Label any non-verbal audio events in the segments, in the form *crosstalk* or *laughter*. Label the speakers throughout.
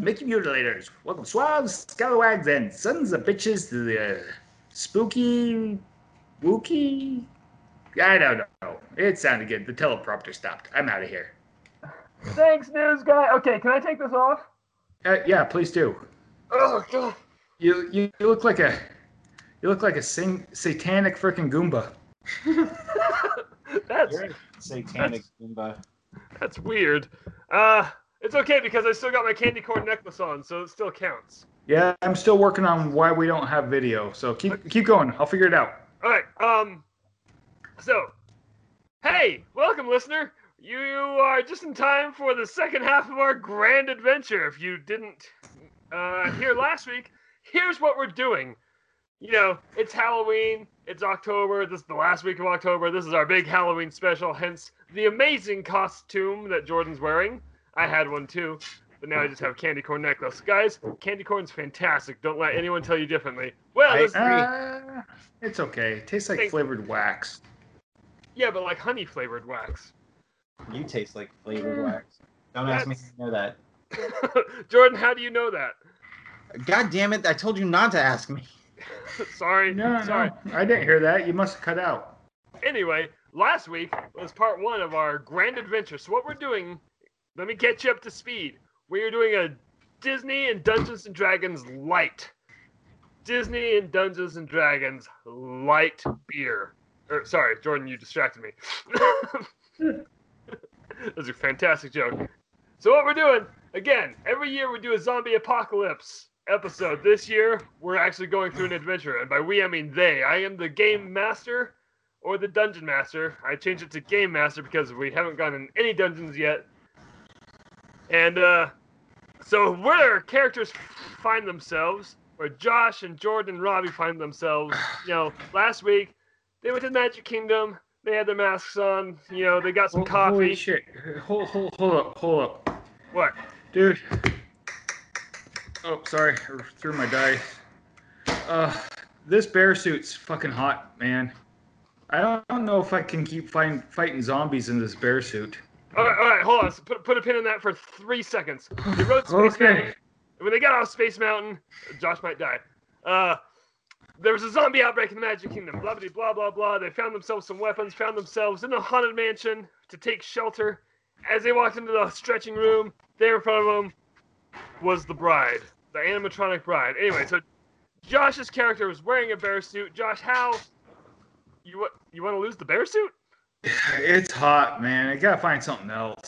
Speaker 1: mutilators. Welcome, swabs, scalawags, and sons of bitches to the uh, spooky, wookie. I don't know. It sounded good. The teleprompter stopped. I'm out of here.
Speaker 2: Thanks, news guy. Okay, can I take this off?
Speaker 1: Uh, yeah, please do.
Speaker 2: Oh god.
Speaker 1: You, you you look like a you look like a sing, satanic freaking goomba.
Speaker 2: *laughs* That's
Speaker 3: You're a satanic Goomba.
Speaker 2: that's weird. Uh it's okay because I still got my candy corn necklace on, so it still counts.
Speaker 1: Yeah, I'm still working on why we don't have video. So keep keep going. I'll figure it out.
Speaker 2: All right. Um. So, hey, welcome, listener. You are just in time for the second half of our grand adventure. If you didn't uh, hear last week, here's what we're doing. You know, it's Halloween. It's October. This is the last week of October. This is our big Halloween special. Hence the amazing costume that Jordan's wearing. I had one too, but now I just have candy corn necklace. Guys, candy corn's fantastic. Don't let anyone tell you differently. Well,
Speaker 3: I-
Speaker 2: this is
Speaker 1: Uh, it's okay. tastes like
Speaker 2: Thank-
Speaker 1: flavored wax.
Speaker 2: Yeah, but like honey flavored wax. *laughs*
Speaker 3: You taste like flavored wax. Don't ask me
Speaker 2: That's-
Speaker 3: to know that.
Speaker 2: Jordan, how do you know that? *laughs*
Speaker 3: God damn it! I told you not to ask me.
Speaker 2: sorry,
Speaker 1: No,
Speaker 2: sorry.
Speaker 1: no, I didn't hear that. You must have cut out.
Speaker 2: Anyway, last week was part one of our grand adventure. So what we're doing, let me get you up to speed. We are doing a Disney and Dungeons and Dragons light. Disney and Dungeons and Dragons light beer. Or, sorry, Jordan, you distracted me. *laughs* That's a fantastic joke. So what we're doing again? Every year we do a zombie apocalypse episode. This year we're actually going through an adventure, and by we I mean they. I am the game master or the dungeon master. I changed it to game master because we haven't gone in any dungeons yet. And uh, so where characters find themselves, where Josh and Jordan and Robbie find themselves, you know, last week they went to the Magic Kingdom. They had their masks on. You know, they got some coffee.
Speaker 1: Holy shit! Hold, hold, hold up, hold up,
Speaker 2: What?
Speaker 1: dude. Oh, sorry, I threw my dice. Uh, this bear suit's fucking hot, man. I don't, I don't know if I can keep find, fighting zombies in this bear suit. *sighs*
Speaker 2: All right, all right, hold on. So put, put a pin in that for three seconds. They rode Space Mountain.
Speaker 1: Okay.
Speaker 2: When they got off Space Mountain, Josh might die. Uh, there was a zombie outbreak in the Magic Kingdom. Blah blah blah blah blah. They found themselves some weapons. Found themselves in a haunted mansion to take shelter. As they walked into the stretching room, there in front of them was the bride, the animatronic bride. Anyway, so Josh's character was wearing a bear suit. Josh, how you wa- you want to lose the bear suit?
Speaker 1: It's hot, man. I gotta find something else.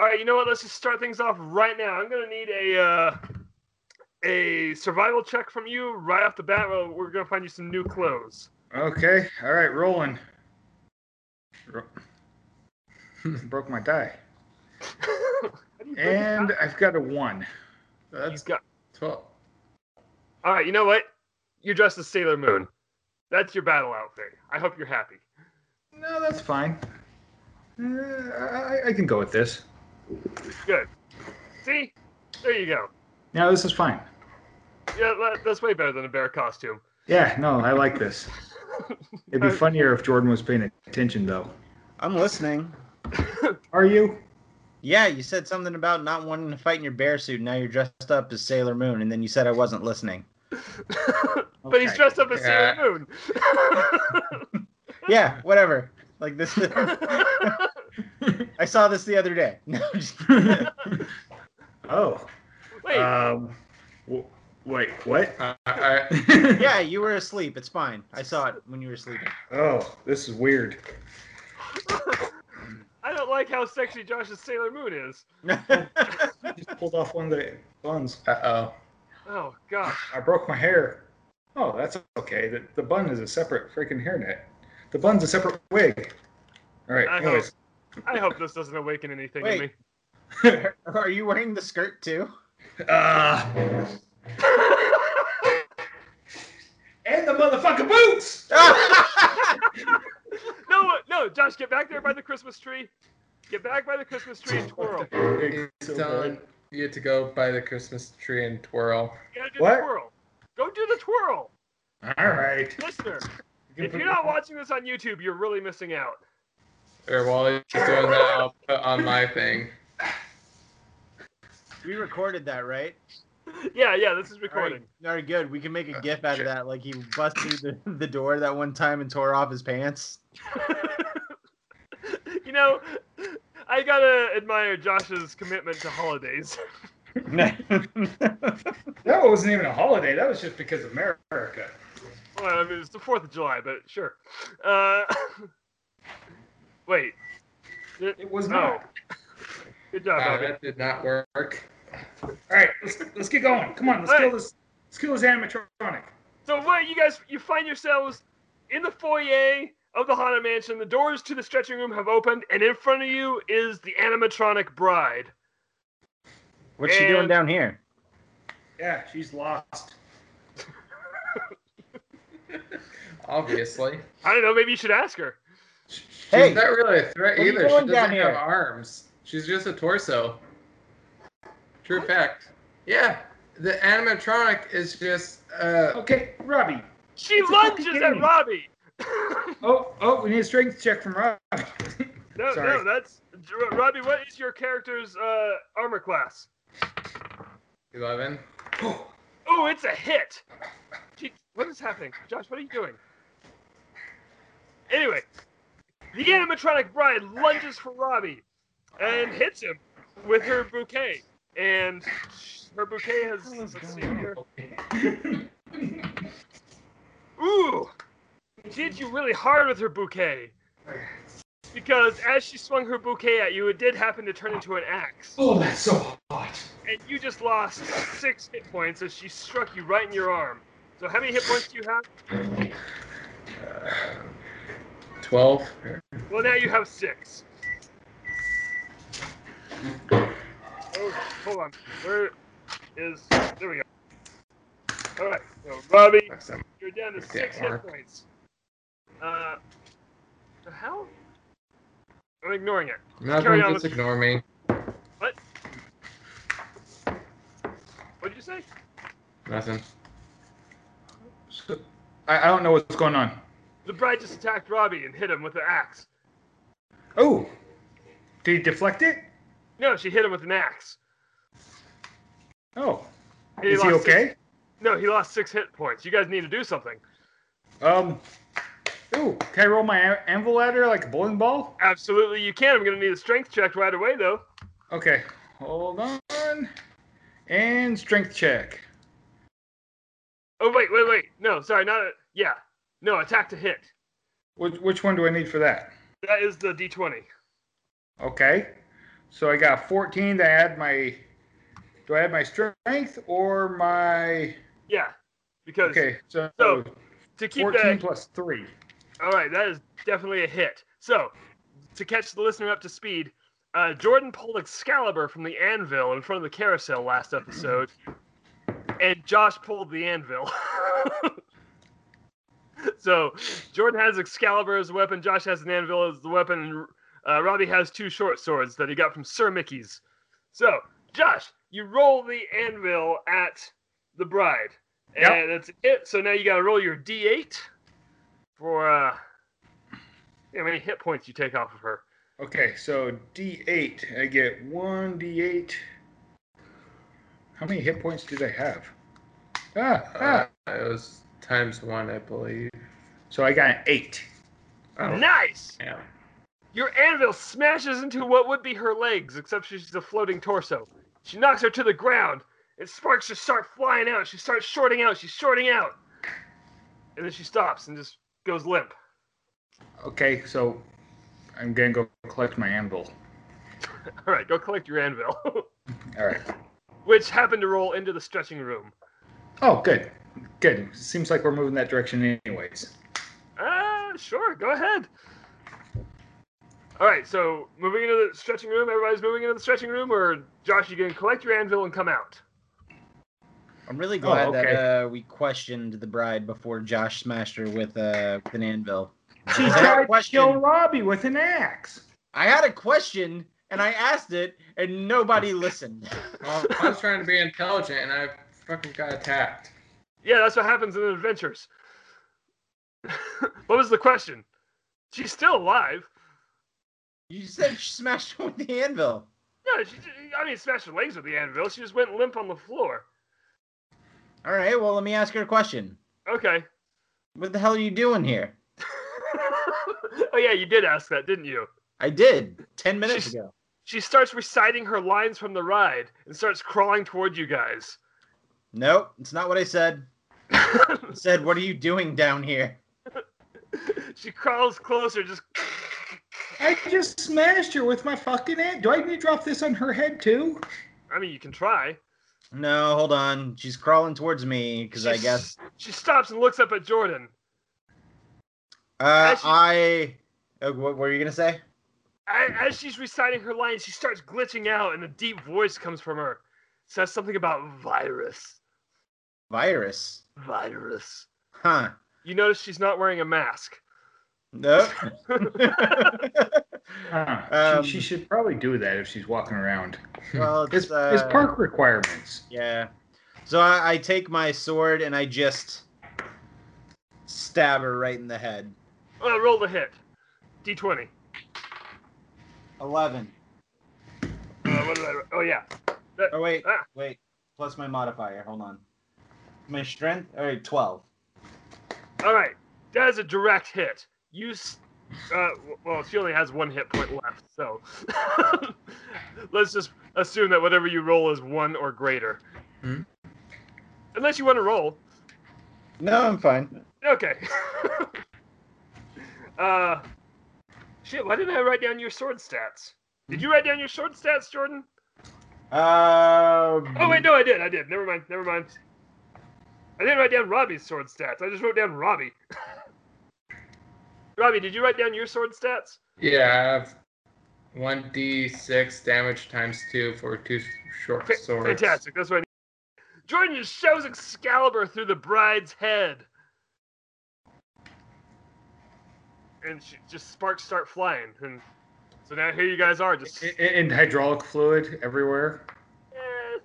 Speaker 2: All right, you know what? Let's just start things off right now. I'm gonna need a uh, a survival check from you right off the bat. Well, we're gonna find you some new clothes. *laughs*
Speaker 1: Okay. All right, rolling. Ro- *laughs* Broke my die.
Speaker 2: How do you break it
Speaker 1: And
Speaker 2: down?
Speaker 1: I've got a one. That's
Speaker 2: He's got.
Speaker 1: 12.
Speaker 2: All right, you know what? You're dressed as Sailor Moon. That's your battle outfit. I hope you're happy.
Speaker 1: No, that's fine. Uh, I, I can go with this.
Speaker 2: Good. See, there you go.
Speaker 1: No, this is fine.
Speaker 2: Yeah, that- that's way better than a bear costume. *laughs*
Speaker 1: Yeah, no, I like this. It'd
Speaker 2: Uh,
Speaker 1: be funnier if Jordan was paying attention, though.
Speaker 3: I'm listening.
Speaker 1: Are you?
Speaker 3: Yeah, you said something about not wanting to fight in your bear suit. Now you're dressed up as Sailor Moon, and then you said I wasn't listening.
Speaker 2: But he's
Speaker 3: Okay.
Speaker 2: dressed up as
Speaker 1: Yeah. *laughs*
Speaker 2: Sailor
Speaker 3: Yeah, whatever. Like this,
Speaker 2: Moon.
Speaker 3: I saw this the other day. *laughs* No, I'm just-
Speaker 1: oh.
Speaker 2: *laughs* Wait, Uh,
Speaker 1: Um, w- wait, what? *laughs*
Speaker 4: Uh,
Speaker 1: I, I,
Speaker 3: yeah, you were asleep. It's fine. I saw it when you were sleeping. *laughs*
Speaker 1: Oh, this is weird.
Speaker 2: I don't like how sexy Josh's Sailor Moon is.
Speaker 1: just pulled off one of the buns. Uh oh.
Speaker 2: Oh gosh.
Speaker 1: I broke my hair. Oh, that's okay. The, the bun is a separate freaking hairnet. The bun's a separate wig. All right.
Speaker 2: I
Speaker 1: Anyways,
Speaker 2: I hope this doesn't awaken anything in
Speaker 3: Wait.
Speaker 2: me. *laughs*
Speaker 3: Are you wearing the skirt too?
Speaker 1: *laughs*
Speaker 3: *laughs*
Speaker 1: uh, and the motherfucking boots.
Speaker 3: Ah!
Speaker 2: no, no, Josh, get back there by the Christmas tree. Get back by the Christmas tree and twirl. You
Speaker 4: It's telling you to go by the Christmas tree and twirl.
Speaker 2: gotta do
Speaker 1: What?
Speaker 2: the twirl. Go do the twirl,
Speaker 1: All right.
Speaker 2: listener. If you're not watching this on YouTube, you're really missing out.
Speaker 3: *laughs*
Speaker 4: Or while he's doing that, I'll put on my thing.
Speaker 3: We recorded that, right?
Speaker 2: Yeah, yeah, this is
Speaker 3: All right,
Speaker 2: recording.
Speaker 3: all right, good. We can make a gif out
Speaker 2: shit.
Speaker 3: of that. Like he busted the, *laughs* the door that one time and tore off his pants.
Speaker 2: *laughs* you know, I gotta admire Josh's commitment to holidays. *laughs*
Speaker 1: *laughs* That wasn't even a holiday. That was just because America.
Speaker 2: Well, I mean, it's the Fourth of July, but sure. Uh, *laughs* wait,
Speaker 1: It was
Speaker 2: No.
Speaker 1: not.
Speaker 2: good job,
Speaker 4: Wow,
Speaker 2: Bobby.
Speaker 4: Uh, that did not work.
Speaker 1: All right, let's, let's get going. Come on, let's kill this. Let's kill this animatronic.
Speaker 2: So what you guys you find yourselves in the foyer of the Haunted Mansion. The doors to the stretching room have opened, and in front of you is the animatronic bride.
Speaker 3: What's she doing
Speaker 2: And-
Speaker 3: down here?
Speaker 1: Yeah, she's lost.
Speaker 4: Obviously,
Speaker 2: I don't know. Maybe you should ask her.
Speaker 3: Hey.
Speaker 4: she's not really a threat
Speaker 3: What are you
Speaker 4: either. She
Speaker 3: doing
Speaker 4: doesn't
Speaker 3: down
Speaker 4: have
Speaker 3: here?
Speaker 4: arms. She's just a torso. True fact. Yeah, the animatronic is just uh,
Speaker 1: Okay, Robbie.
Speaker 2: She
Speaker 1: It's a fucking
Speaker 2: lunges at
Speaker 1: game.
Speaker 2: Robbie. *laughs*
Speaker 1: Oh, oh, we need a strength check from Robbie.
Speaker 2: No,
Speaker 1: Sorry.
Speaker 2: no, that's Ro- Robbie. What is your character's uh, armor class?
Speaker 4: eleven.
Speaker 2: Oh, it's a hit. Gee, what is happening, Josh? What are you doing? Anyway, the animatronic bride lunges for Robbie and hits him with her bouquet, and her bouquet has. Let's see here. Ooh, did you really hard with her bouquet? Because as she swung her bouquet at you, it did happen to turn into an axe.
Speaker 1: Oh, that's so hot.
Speaker 2: and you just lost six hit points as she struck you right in your arm. So how many hit points do you have?
Speaker 4: Twelve.
Speaker 2: Well, now you have six. Oh, hold on. Where is? There we go. All right, so Robbie, you're down to six hit
Speaker 4: work.
Speaker 2: points. Uh, the hell? I'm ignoring it. Carry
Speaker 4: Malcolm,
Speaker 2: on
Speaker 4: just
Speaker 2: with-
Speaker 4: ignore me.
Speaker 2: What did you say?
Speaker 4: Nothing.
Speaker 1: So, I, I don't know what's going on.
Speaker 2: The bride just attacked Robbie and hit him with an axe.
Speaker 1: Oh, did he deflect it?
Speaker 2: No, she hit him with an axe.
Speaker 1: Oh,
Speaker 2: He
Speaker 1: is he
Speaker 2: lost six-
Speaker 1: okay?
Speaker 2: no, he lost six hit points. You guys need to do something.
Speaker 1: Um, ooh, can I roll my an- anvil at her like a bowling ball?
Speaker 2: Absolutely, you can. I'm gonna need a strength check right away, though.
Speaker 1: Okay, hold on. And strength check.
Speaker 2: Oh wait, wait, wait. No, sorry, not a, yeah. No, attack to hit.
Speaker 1: Which, which one do I need for that?
Speaker 2: That is the D20.
Speaker 1: Okay, so I got 14. I add my. Do I add my strength or my?
Speaker 2: Yeah, because
Speaker 1: Okay, so,
Speaker 2: So, to keep
Speaker 1: 14
Speaker 2: that.
Speaker 1: plus three.
Speaker 2: All right, that is definitely a hit. So, to catch the listener up to speed, uh, Jordan pulled Excalibur from the anvil in front of the carousel last episode, and Josh pulled the anvil. *laughs* so, Jordan has Excalibur as a weapon, Josh has an anvil as the weapon, and uh, Robbie has two short swords that he got from Sir Mickey's. So, Josh, you roll the anvil at the bride, and
Speaker 1: Yep.
Speaker 2: that's it. So now you got to roll your D8 for uh, see how many hit points you take off of her.
Speaker 1: Okay, so D8. I get one D8. How many hit points did I have? Ah,
Speaker 4: Uh,
Speaker 1: ah.
Speaker 4: it was times one, I believe.
Speaker 1: So I got an eight.
Speaker 4: Oh,
Speaker 2: Nice.
Speaker 4: yeah.
Speaker 2: Your anvil smashes into what would be her legs, except she's a floating torso. She knocks her to the ground, and sparks just start flying out. She starts shorting out. She's shorting out, and then she stops and just goes limp.
Speaker 1: Okay, so I'm gonna go collect my anvil.
Speaker 2: All right, go collect your anvil, *laughs*
Speaker 1: All right.
Speaker 2: which happened to roll into the stretching room.
Speaker 1: Oh, good, good. Seems like we're moving that direction, anyways.
Speaker 2: Ah, sure. Go ahead. All right. So moving into the stretching room. Everybody's moving into the stretching room, or Josh, you can collect your anvil and come out.
Speaker 3: I'm really glad that
Speaker 1: okay.
Speaker 3: uh, we questioned the bride before Josh smashed her with, uh, with an anvil.
Speaker 1: She
Speaker 3: I had a
Speaker 1: tried to kill
Speaker 3: question.
Speaker 1: Robbie with an axe.
Speaker 3: I had a question and I asked it and nobody listened.
Speaker 4: Well, I was trying to be intelligent and I fucking got attacked.
Speaker 2: Yeah, that's what happens in adventures. *laughs* what was the question? She's still alive.
Speaker 3: You said she smashed her with the anvil.
Speaker 2: No, she. ju- I mean, smash her legs with the anvil. She just went limp on the floor.
Speaker 3: All right, well, let me ask her a question.
Speaker 2: Okay. *laughs*
Speaker 3: What the hell are you doing here?
Speaker 2: oh yeah, you did ask that, didn't you?
Speaker 3: I did 10 minutes
Speaker 2: She's-
Speaker 3: ago.
Speaker 2: She starts reciting her lines from the ride and starts crawling toward you guys. *laughs*
Speaker 3: Nope, it's not what I said. I said, what are you doing down here?
Speaker 2: she crawls closer, just
Speaker 1: I just smashed her with my fucking hand. Do I need to drop this on her head too?
Speaker 2: I mean, you can try.
Speaker 3: No, hold on. She's crawling towards me because I
Speaker 2: She's-
Speaker 3: guess
Speaker 2: She stops and looks up at Jordan.
Speaker 3: uh,
Speaker 2: as she-
Speaker 3: I. Uh, what were you gonna say?
Speaker 2: A- As she's reciting her lines, she starts glitching out, and a deep voice comes from her. Says something about virus.
Speaker 3: Virus,
Speaker 2: Virus.
Speaker 3: huh?
Speaker 2: You notice she's not wearing a mask. *laughs*
Speaker 3: Nope.
Speaker 1: Huh.
Speaker 3: Um,
Speaker 1: she, she should probably do that if she's walking around.
Speaker 3: well,
Speaker 1: It's,
Speaker 3: it's, uh,
Speaker 1: it's park requirements.
Speaker 3: Yeah. So I, I take my sword and I just stab her right in the head.
Speaker 2: Uh, roll the hit. D20.
Speaker 3: Eleven.
Speaker 2: Uh, what did I, oh, yeah.
Speaker 3: Oh wait,
Speaker 2: Ah.
Speaker 3: wait. Plus my modifier. Hold on. My strength. All right, twelve.
Speaker 2: All right. That is a direct hit. You. s- Uh, w- well, she only has one hit point left, so. *laughs* Let's just assume that whatever you roll is one or greater.
Speaker 4: Hmm.
Speaker 2: Unless you want to roll.
Speaker 3: No, I'm fine.
Speaker 2: Okay. *laughs* uh, shit, why didn't I write down your sword stats? Did you write down your sword stats, Jordan?
Speaker 3: Uh,
Speaker 2: Oh wait, no, I did. I did. Never mind. Never mind. I didn't write down Robbie's sword stats. I just wrote down Robbie. *laughs* Robbie, did you write down your sword stats?
Speaker 4: Yeah, I have one d six damage times two for two short
Speaker 2: Fa-
Speaker 4: swords.
Speaker 2: Fantastic. That's what I need. Jordan just shows Excalibur through the bride's head. And she, just sparks start flying. And so now here you guys are, just
Speaker 1: And, and hydraulic fluid everywhere.
Speaker 2: Eh.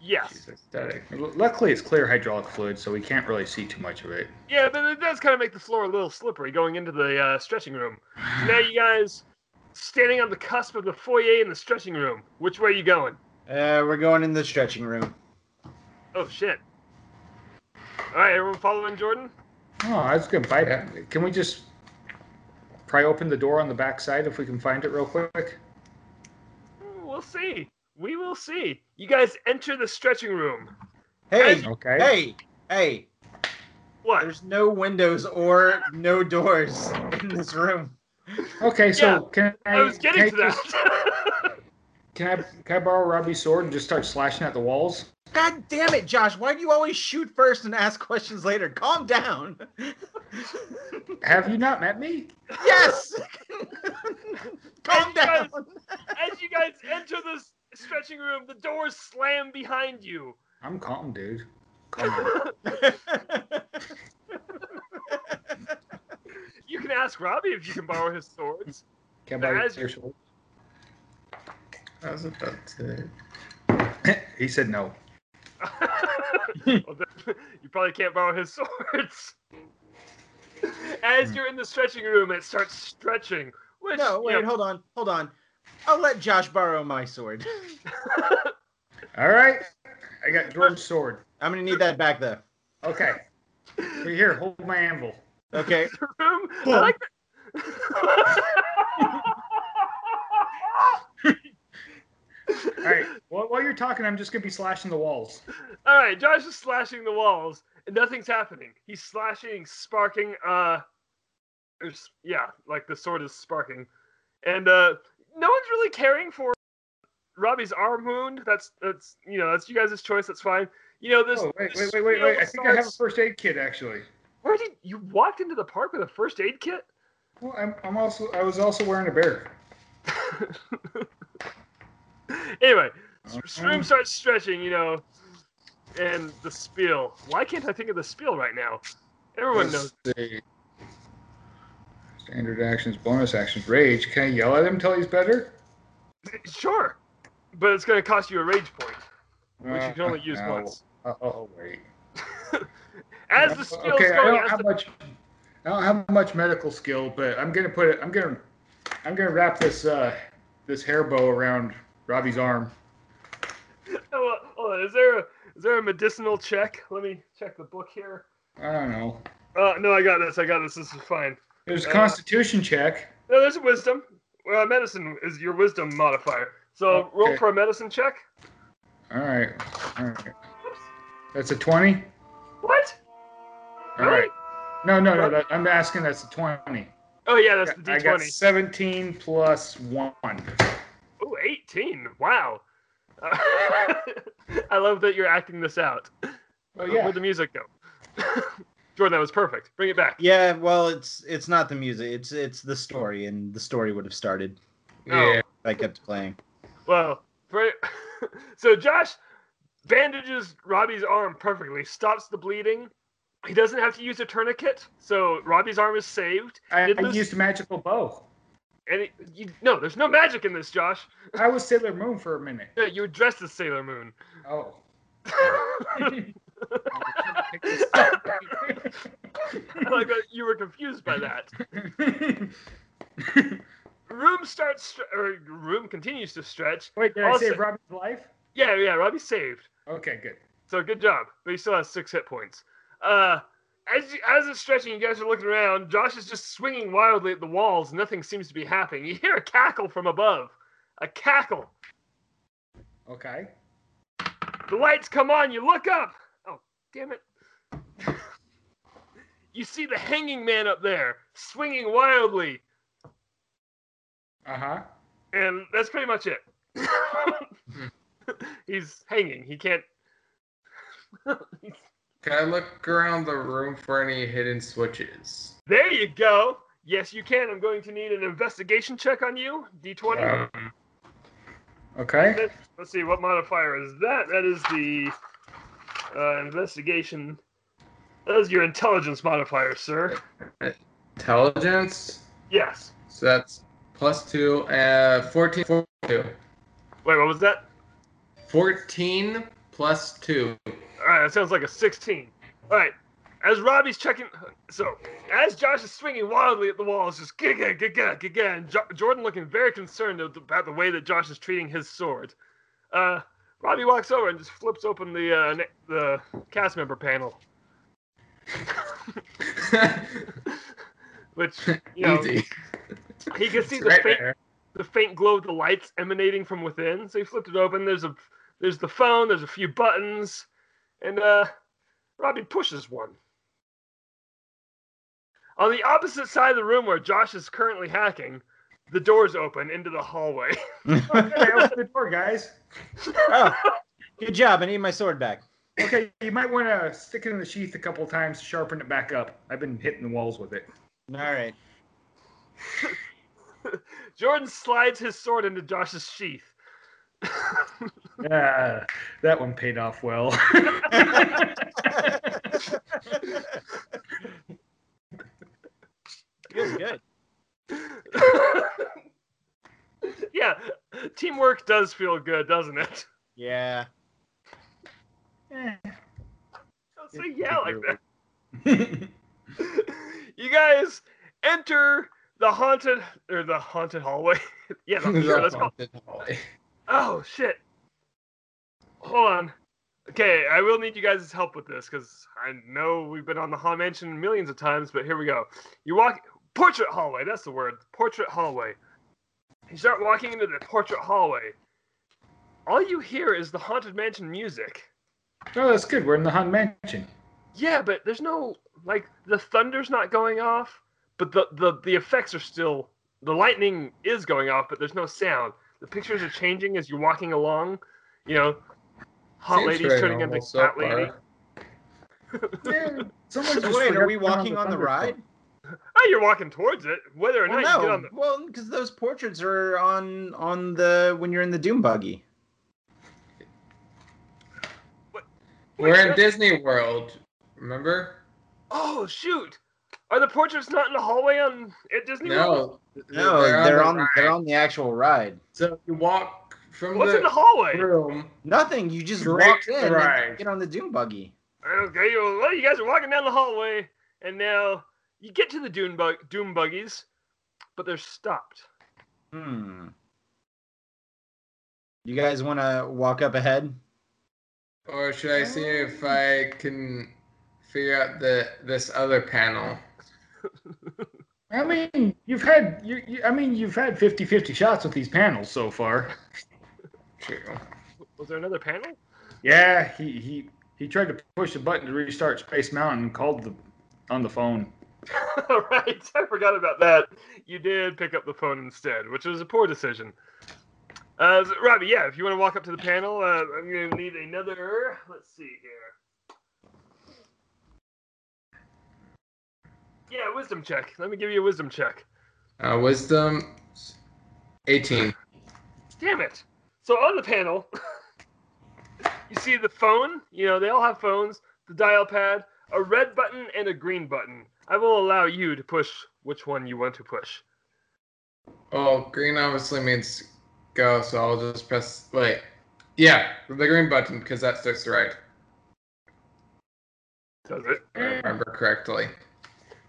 Speaker 2: Yes.
Speaker 4: She's ecstatic.
Speaker 1: Luckily, it's clear hydraulic fluid, so we can't really see too much of it.
Speaker 2: Yeah, but it does kind of make the floor a little slippery going into the uh, stretching room. So now you guys standing on the cusp of the foyer and the stretching room. Which way are you going?
Speaker 3: Uh, we're going in the stretching room.
Speaker 2: Oh shit! All right, everyone following Jordan.
Speaker 1: Oh, that's good. Bye.
Speaker 4: Yeah.
Speaker 1: Can we just pry open the door on the back side if we can find it real quick?
Speaker 2: Hmm, We'll see. We will see. You guys enter the stretching room.
Speaker 3: Hey,
Speaker 1: Okay.
Speaker 3: hey, hey!
Speaker 2: What?
Speaker 3: There's no windows or no doors in this room.
Speaker 1: Okay. So
Speaker 2: Yeah,
Speaker 1: can I?
Speaker 2: I was
Speaker 1: can
Speaker 2: getting
Speaker 1: I
Speaker 2: to
Speaker 1: just-
Speaker 2: that.
Speaker 1: Can I? Can I borrow Robbie's sword and just start slashing at the walls?
Speaker 3: God damn it, Josh! Why do you always shoot first and ask questions later? Calm down. *laughs*
Speaker 1: Have you not met me?
Speaker 3: yes. *laughs* Calm
Speaker 2: And you guys-
Speaker 3: down.
Speaker 2: *laughs* As you guys enter the s- stretching room, the doors slam behind you.
Speaker 1: I'm calm, dude. Calm.
Speaker 2: *laughs* You can ask Robbie if you can borrow his swords.
Speaker 1: Can I borrow
Speaker 2: As
Speaker 1: your sword? *laughs*
Speaker 4: I was about to.
Speaker 1: he said no.
Speaker 2: *laughs* well, then, *laughs* you probably can't borrow his swords. *laughs* As you're in the stretching room, it starts stretching. Which,
Speaker 3: *laughs* no,
Speaker 2: you
Speaker 3: wait,
Speaker 2: know,
Speaker 3: hold on, hold on. I'll let Josh borrow my sword.
Speaker 2: *laughs*
Speaker 1: All right. I got George's sword.
Speaker 3: I'm gonna need that back though.
Speaker 2: *laughs*
Speaker 1: Okay. Here, here, hold my anvil.
Speaker 3: Okay.
Speaker 2: the room. I
Speaker 3: Boom.
Speaker 2: like that. *laughs*
Speaker 1: All right. While, while you're talking, I'm just gonna be slashing the walls.
Speaker 2: All right, Josh is slashing the walls, and nothing's happening. He's slashing, sparking. Uh, there's- yeah, like the sword is sparking, and uh, no one's really caring for Robbie's arm wound. That's that's you know that's you guys' choice. That's fine. You know this.
Speaker 1: Oh, wait,
Speaker 2: this
Speaker 1: wait, wait, wait,
Speaker 2: spiel
Speaker 1: wait. I think I have a
Speaker 2: starts-
Speaker 1: first aid kit actually.
Speaker 2: Where did you walked into the park with a first aid kit? *laughs*
Speaker 1: Well, I'm, I'm also I was also wearing a bear.
Speaker 2: anyway, s- s- room
Speaker 1: Um.
Speaker 2: starts stretching, you know, and the spiel. Why can't I think of the spiel right now? Everyone knows.
Speaker 1: Standard actions, bonus actions, rage. Can I yell at him until he's better?
Speaker 2: Sure, but it's going to cost you a rage point, which you can only use
Speaker 1: Uh, no.
Speaker 2: once. *laughs*
Speaker 1: Oh, oh, wait.
Speaker 2: As the spiel's
Speaker 1: okay, I
Speaker 2: going,
Speaker 1: don't
Speaker 2: as
Speaker 1: have
Speaker 2: the,
Speaker 1: much. I don't have much medical skill, but I'm gonna put it. I'm gonna. I'm gonna wrap this uh, this hair bow around Robbie's arm.
Speaker 2: Oh, uh, hold on, Is there a is there a medicinal check? Let me check the book here.
Speaker 1: I don't know.
Speaker 2: Uh, no, I got this. I got this. This is fine.
Speaker 1: There's a
Speaker 2: Uh,
Speaker 1: Constitution check.
Speaker 2: No, there's wisdom. Well, medicine is your wisdom modifier. So roll
Speaker 1: Okay.
Speaker 2: for a medicine check.
Speaker 1: All right. All right.
Speaker 2: Oops.
Speaker 1: That's a twenty.
Speaker 2: What?
Speaker 1: All right. No, no, no. That, I'm asking. That's a twenty.
Speaker 2: Oh yeah, that's the
Speaker 1: I
Speaker 2: D
Speaker 1: got
Speaker 2: twenty. Uh,
Speaker 1: seventeen plus one.
Speaker 2: Ooh, 18. Wow. *laughs* Uh, I love that you're acting this out.
Speaker 1: Oh yeah.
Speaker 2: Where'd the music go? *laughs* Jordan, that was perfect. Bring it back.
Speaker 3: Yeah, well, it's it's not the music. It's it's the story, and the story would have started.
Speaker 2: No.
Speaker 4: Yeah.
Speaker 3: if I kept playing.
Speaker 2: Well, for- *laughs* so Josh bandages Robbie's arm perfectly, stops the bleeding. He doesn't have to use a tourniquet, so Robbie's arm is saved.
Speaker 1: I,
Speaker 2: Did
Speaker 1: I
Speaker 2: this-
Speaker 1: used a magical bow.
Speaker 2: And it, you, no, there's no magic in this, Josh.
Speaker 1: I was Sailor Moon for a minute.
Speaker 2: No, you were dressed as Sailor Moon. *laughs*
Speaker 1: Oh. *laughs* *laughs*
Speaker 2: like uh, you were confused by that. Room starts stre- or room continues to stretch.
Speaker 1: Wait, did I
Speaker 2: Also-
Speaker 1: save Robbie's life?
Speaker 2: Yeah, yeah, Robbie's saved.
Speaker 1: Okay, good.
Speaker 2: So good job. But he still has six hit points. Uh, as you, as it's stretching, you guys are looking around. Josh is just swinging wildly at the walls. Nothing seems to be happening. You hear a cackle from above. A cackle.
Speaker 1: Okay.
Speaker 2: The lights come on. You look up. Oh, damn it. *laughs* you see the hanging man up there, swinging wildly.
Speaker 1: Uh huh.
Speaker 2: And that's pretty much it. *laughs* He's hanging. He can't.
Speaker 4: Can I look around the room for any hidden switches?
Speaker 2: There you go. Yes, you can. I'm going to need an investigation check on you. D20.
Speaker 4: Um,
Speaker 1: Okay.
Speaker 2: Let's see, what modifier is that? That is the uh, investigation. That is your intelligence modifier, sir.
Speaker 4: intelligence.
Speaker 2: Yes.
Speaker 4: So that's plus two. Uh, 14, 42.
Speaker 2: Wait, what was that?
Speaker 4: 14 plus two. *laughs*
Speaker 2: All right, that sounds like a 16. All right, as Robbie's checking, so as Josh is swinging wildly at the walls, just giga, giga, giga, and jo- Jordan looking very concerned ab- about the way that Josh is treating his sword. Uh, Robbie walks over and just flips open the uh, na- the cast member panel, *laughs* which you know
Speaker 4: *laughs* Easy.
Speaker 2: he can see the
Speaker 4: It's right
Speaker 2: faint
Speaker 4: there.
Speaker 2: the faint glow of the lights emanating from within. So he flipped it open. There's a there's the phone. There's a few buttons, and uh, Robbie pushes one. On the opposite side of the room where Josh is currently hacking, the doors open into the hallway. *laughs*
Speaker 1: Oh, good, I opened the door, guys.
Speaker 3: oh, good job! I need my sword back.
Speaker 1: Okay, you might want to stick it in the sheath a couple times to sharpen it back up. I've been hitting the walls with it.
Speaker 3: All right.
Speaker 2: Jordan slides his sword into Josh's sheath. *laughs*
Speaker 1: Yeah, that one paid off well. *laughs*
Speaker 3: Feels good.
Speaker 2: yeah, teamwork does feel good, doesn't it?
Speaker 3: Yeah.
Speaker 2: Don't say yeah like that. *laughs* you guys enter the haunted or the haunted hallway. *laughs* yeah, the, sure,
Speaker 4: *laughs*
Speaker 2: let's call.
Speaker 4: Haunted hallway.
Speaker 2: Oh shit! Hold on. Okay, I will need you guys' help with this because I know we've been on the Haunted Mansion millions of times, but here we go. You walk portrait hallway. That's the word. Portrait hallway. You start walking into the portrait hallway. All you hear is the haunted mansion music.
Speaker 1: Oh, that's good. We're in the Haunted Mansion.
Speaker 2: Yeah, but there's no like the thunder's not going off, but the the the effects are still the lightning is going off, but there's no sound. The pictures are changing as you're walking along. You know, hot
Speaker 4: Seems
Speaker 2: ladies
Speaker 4: very
Speaker 2: turning into
Speaker 4: normal so
Speaker 2: hot lady.
Speaker 4: far.
Speaker 1: Yeah, someone just
Speaker 3: Wait,
Speaker 1: forgot
Speaker 3: are we
Speaker 1: to turn
Speaker 3: walking on the ride?
Speaker 1: thunderstorm.
Speaker 2: Oh, you're walking towards it. Whether or
Speaker 3: Well,
Speaker 2: not you get on
Speaker 3: no.
Speaker 2: the
Speaker 3: Well, because those portraits are on on the when you're in the Doom buggy.
Speaker 4: We're in
Speaker 2: Wait,
Speaker 4: Disney World. Remember?
Speaker 2: oh shoot, are the portraits not in the hallway on at Disney World?
Speaker 4: No.
Speaker 3: No, they're on
Speaker 4: the
Speaker 3: they're
Speaker 4: ride.
Speaker 3: on the actual ride.
Speaker 4: So you walk from
Speaker 2: What's
Speaker 4: the,
Speaker 2: in the hallway?
Speaker 4: room.
Speaker 3: Nothing. You just
Speaker 1: Straight
Speaker 3: walk
Speaker 1: to
Speaker 3: in
Speaker 1: the
Speaker 3: and
Speaker 1: ride.
Speaker 3: get on the Doom buggy.
Speaker 2: Okay, well, well, you guys are walking down the hallway, and now you get to the Doom, bug- Doom buggies, but they're stopped.
Speaker 3: Hmm. You guys want to walk up ahead?
Speaker 4: Or should I see if I can figure out the this other panel?
Speaker 1: I mean, you've had you, you I mean, you've had 50-50 shots with these panels so far.
Speaker 4: True.
Speaker 2: Was there another panel? *laughs*
Speaker 1: Yeah, he he he tried to push the button to restart Space Mountain and called the on the phone.
Speaker 2: right, I forgot about that. You did pick up the phone instead, which was a poor decision. Uh, so, Robbie, yeah, if you want to walk up to the panel, uh, I'm going to need another. Let's see here. Yeah, wisdom check. Let me give you a wisdom check.
Speaker 4: Uh, wisdom, eighteen.
Speaker 2: Damn it! So on the panel, *laughs* you see the phone. You know they all have phones. The dial pad, a red button, and a green button. I will allow you to push which one you want to push.
Speaker 4: Oh, green obviously means go, so I'll just press. Wait, yeah, the green button because that's just right.
Speaker 2: Does it?
Speaker 4: If I remember correctly.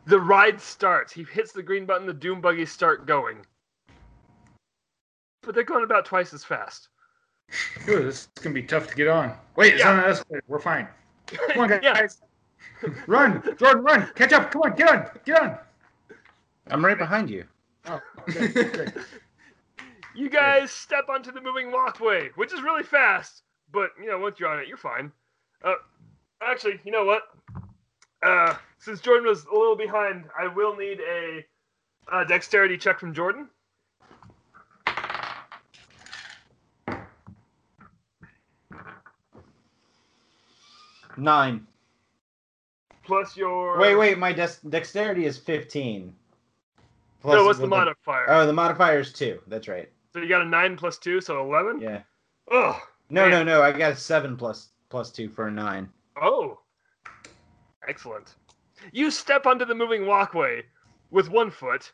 Speaker 2: The ride starts. He hits the green button. The doom buggies start going, but they're going about twice as fast.
Speaker 1: Ooh, this is gonna be tough to get on. Wait, it's
Speaker 2: Yeah.
Speaker 1: on the escalator. We're fine. Come on, guys.
Speaker 2: yeah,
Speaker 1: Run, Jordan, run. Catch up. Come on, get on, get on.
Speaker 3: I'm right behind you.
Speaker 1: Oh, okay, okay.
Speaker 2: You guys step onto the moving walkway, which is really fast, but you know once you're on it, you're fine. Uh, actually, you know what? Uh, since Jordan was a little behind, I will need a uh, dexterity check from Jordan.
Speaker 3: Nine.
Speaker 2: Plus your
Speaker 3: Wait, wait. My dex dexterity is 15. Plus
Speaker 2: No, what's the
Speaker 3: with
Speaker 2: modifier?
Speaker 3: Oh, the modifier is two. That's right.
Speaker 2: so you got a nine plus two, so eleven.
Speaker 3: Yeah.
Speaker 2: Oh,
Speaker 3: No,
Speaker 2: Man.
Speaker 3: no, no. I got a seven plus plus two for a nine.
Speaker 2: Oh. Excellent. You step onto the moving walkway with one foot,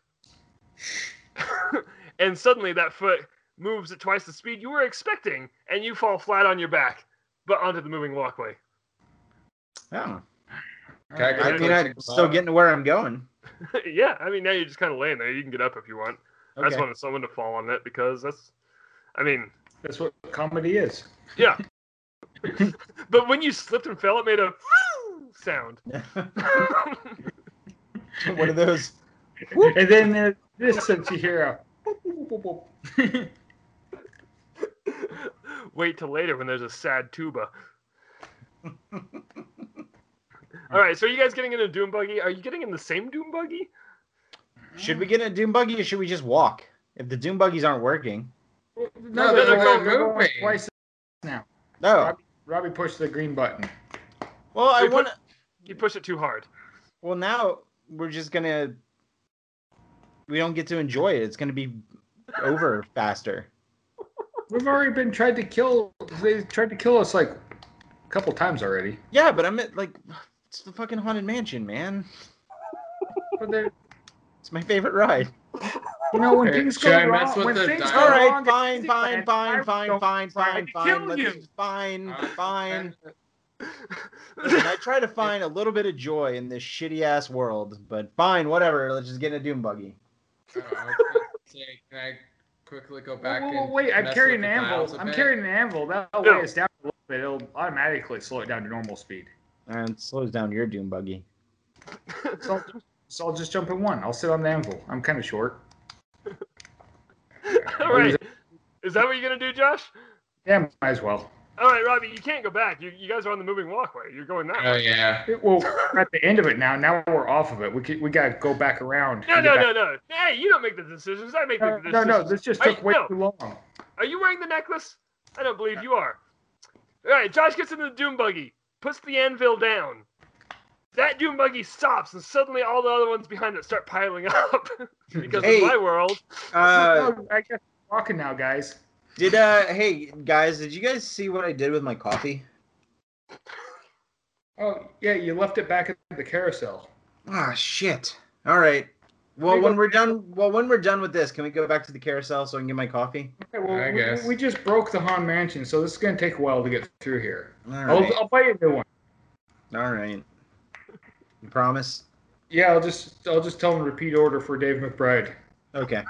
Speaker 2: *laughs* and suddenly that foot moves at twice the speed you were expecting, and you fall flat on your back, but onto the moving walkway. *laughs*
Speaker 3: Oh,
Speaker 4: Can I, go
Speaker 3: I
Speaker 4: to
Speaker 3: mean,
Speaker 4: the
Speaker 3: I'm
Speaker 4: second
Speaker 3: still
Speaker 4: level?
Speaker 3: getting to where I'm going.
Speaker 2: yeah, I mean, now you're just kind of laying there. You can get up if you want. I just
Speaker 3: Okay.
Speaker 2: wanted someone to fall on it because that's, I mean,
Speaker 1: That's what comedy is.
Speaker 2: yeah. but when you slipped and fell, it made a *laughs* sound. *laughs*
Speaker 3: *laughs* One of those.
Speaker 1: And then uh, this sense you hear a. boop, boop, boop, boop, boop.
Speaker 2: *laughs* Wait till later when there's a
Speaker 1: *laughs*
Speaker 2: sad tuba. All right, so are you guys getting in a doom buggy? Are you getting in the same doom buggy?
Speaker 3: Should we get in a doom buggy or should we just walk? If the doom buggies aren't working.
Speaker 1: No,
Speaker 4: they're
Speaker 1: they're
Speaker 4: going
Speaker 1: going, they're going
Speaker 4: moving.
Speaker 1: twice now.
Speaker 3: No.
Speaker 1: Robbie pushed the green button.
Speaker 3: Oh. Well, I
Speaker 2: We put-
Speaker 3: want. to
Speaker 2: You push it too hard.
Speaker 3: Well, now we're just gonna. We don't get to enjoy it. It's gonna be over faster.
Speaker 1: We've already been tried to kill. They tried to kill us like a couple times already.
Speaker 3: Yeah, but I'm at like, it's the fucking haunted mansion, man.
Speaker 1: But they're-
Speaker 3: It's my favorite ride.
Speaker 1: you know, when
Speaker 4: Okay,
Speaker 1: things
Speaker 4: should
Speaker 1: go
Speaker 4: I
Speaker 1: wrong,
Speaker 4: mess with
Speaker 1: when
Speaker 4: the
Speaker 1: things
Speaker 4: dial?
Speaker 1: go
Speaker 3: All right,
Speaker 1: wrong,
Speaker 3: fine,
Speaker 1: it's
Speaker 3: fine,
Speaker 1: like,
Speaker 3: fine,
Speaker 1: I
Speaker 3: fine,
Speaker 1: don't
Speaker 3: fine,
Speaker 1: try
Speaker 3: fine,
Speaker 1: to
Speaker 3: fine.
Speaker 1: kill
Speaker 3: Let's
Speaker 1: you.
Speaker 3: just- fine,
Speaker 4: Uh,
Speaker 3: fine. And *laughs* I try to find a little bit of joy in this shitty ass world, but fine, whatever. Let's just get in a doom buggy.
Speaker 4: Oh, I was gonna say, Can I quickly go back
Speaker 1: Whoa, whoa,
Speaker 4: and
Speaker 1: whoa, wait, I'm
Speaker 4: mess
Speaker 1: carrying an
Speaker 4: with the dials
Speaker 1: anvil.
Speaker 4: a
Speaker 1: I'm
Speaker 4: bit?
Speaker 1: carrying an anvil. That'll
Speaker 2: No.
Speaker 1: weigh us down a little bit. It'll automatically slow it down to normal speed.
Speaker 3: And it slows down your doom buggy.
Speaker 1: So I'll, so I'll just jump in one. I'll sit on the anvil. I'm kind of short.
Speaker 2: *laughs* All right. Is that what you're going to do, Josh?
Speaker 1: Yeah, might as well.
Speaker 2: All right, Robbie, you can't go back. You, you guys are on the moving walkway. You're going that
Speaker 4: Oh
Speaker 2: way.
Speaker 4: yeah.
Speaker 1: It- well, we're at the end of it now. Now we're off of it. We could, we gotta go back around.
Speaker 2: No,
Speaker 1: and get
Speaker 2: no,
Speaker 1: back-
Speaker 2: no, no. Hey, you don't make the decisions. I make the decisions.
Speaker 1: Uh, No, no, no, this just
Speaker 2: Hey,
Speaker 1: took way
Speaker 2: no.
Speaker 1: too long.
Speaker 2: Are you wearing the necklace? I don't believe you are. All right, Josh gets into the doom buggy, puts the anvil down. That doom buggy stops, and suddenly all the other ones behind it start piling up *laughs* because
Speaker 3: Hey.
Speaker 2: in my world.
Speaker 3: Uh,
Speaker 1: *laughs* No, I guess we're walking now, guys.
Speaker 3: *laughs* did uh, hey guys, did you guys see what I did with my coffee?
Speaker 1: Oh yeah, you left it back at the carousel.
Speaker 3: Ah, shit. All right. Well,
Speaker 1: We
Speaker 3: when
Speaker 1: go-
Speaker 3: we're done, well, when we're done with this, can we go back to the carousel so I can get my coffee?
Speaker 1: Okay, well,
Speaker 4: I
Speaker 1: we,
Speaker 4: guess.
Speaker 1: we just broke the Han Mansion, so this is gonna take a while to get through here.
Speaker 3: All right.
Speaker 1: I'll, I'll buy you a new one.
Speaker 3: All right. You promise?
Speaker 1: Yeah, I'll just I'll just tell them repeat order for Dave McBride.
Speaker 3: Okay.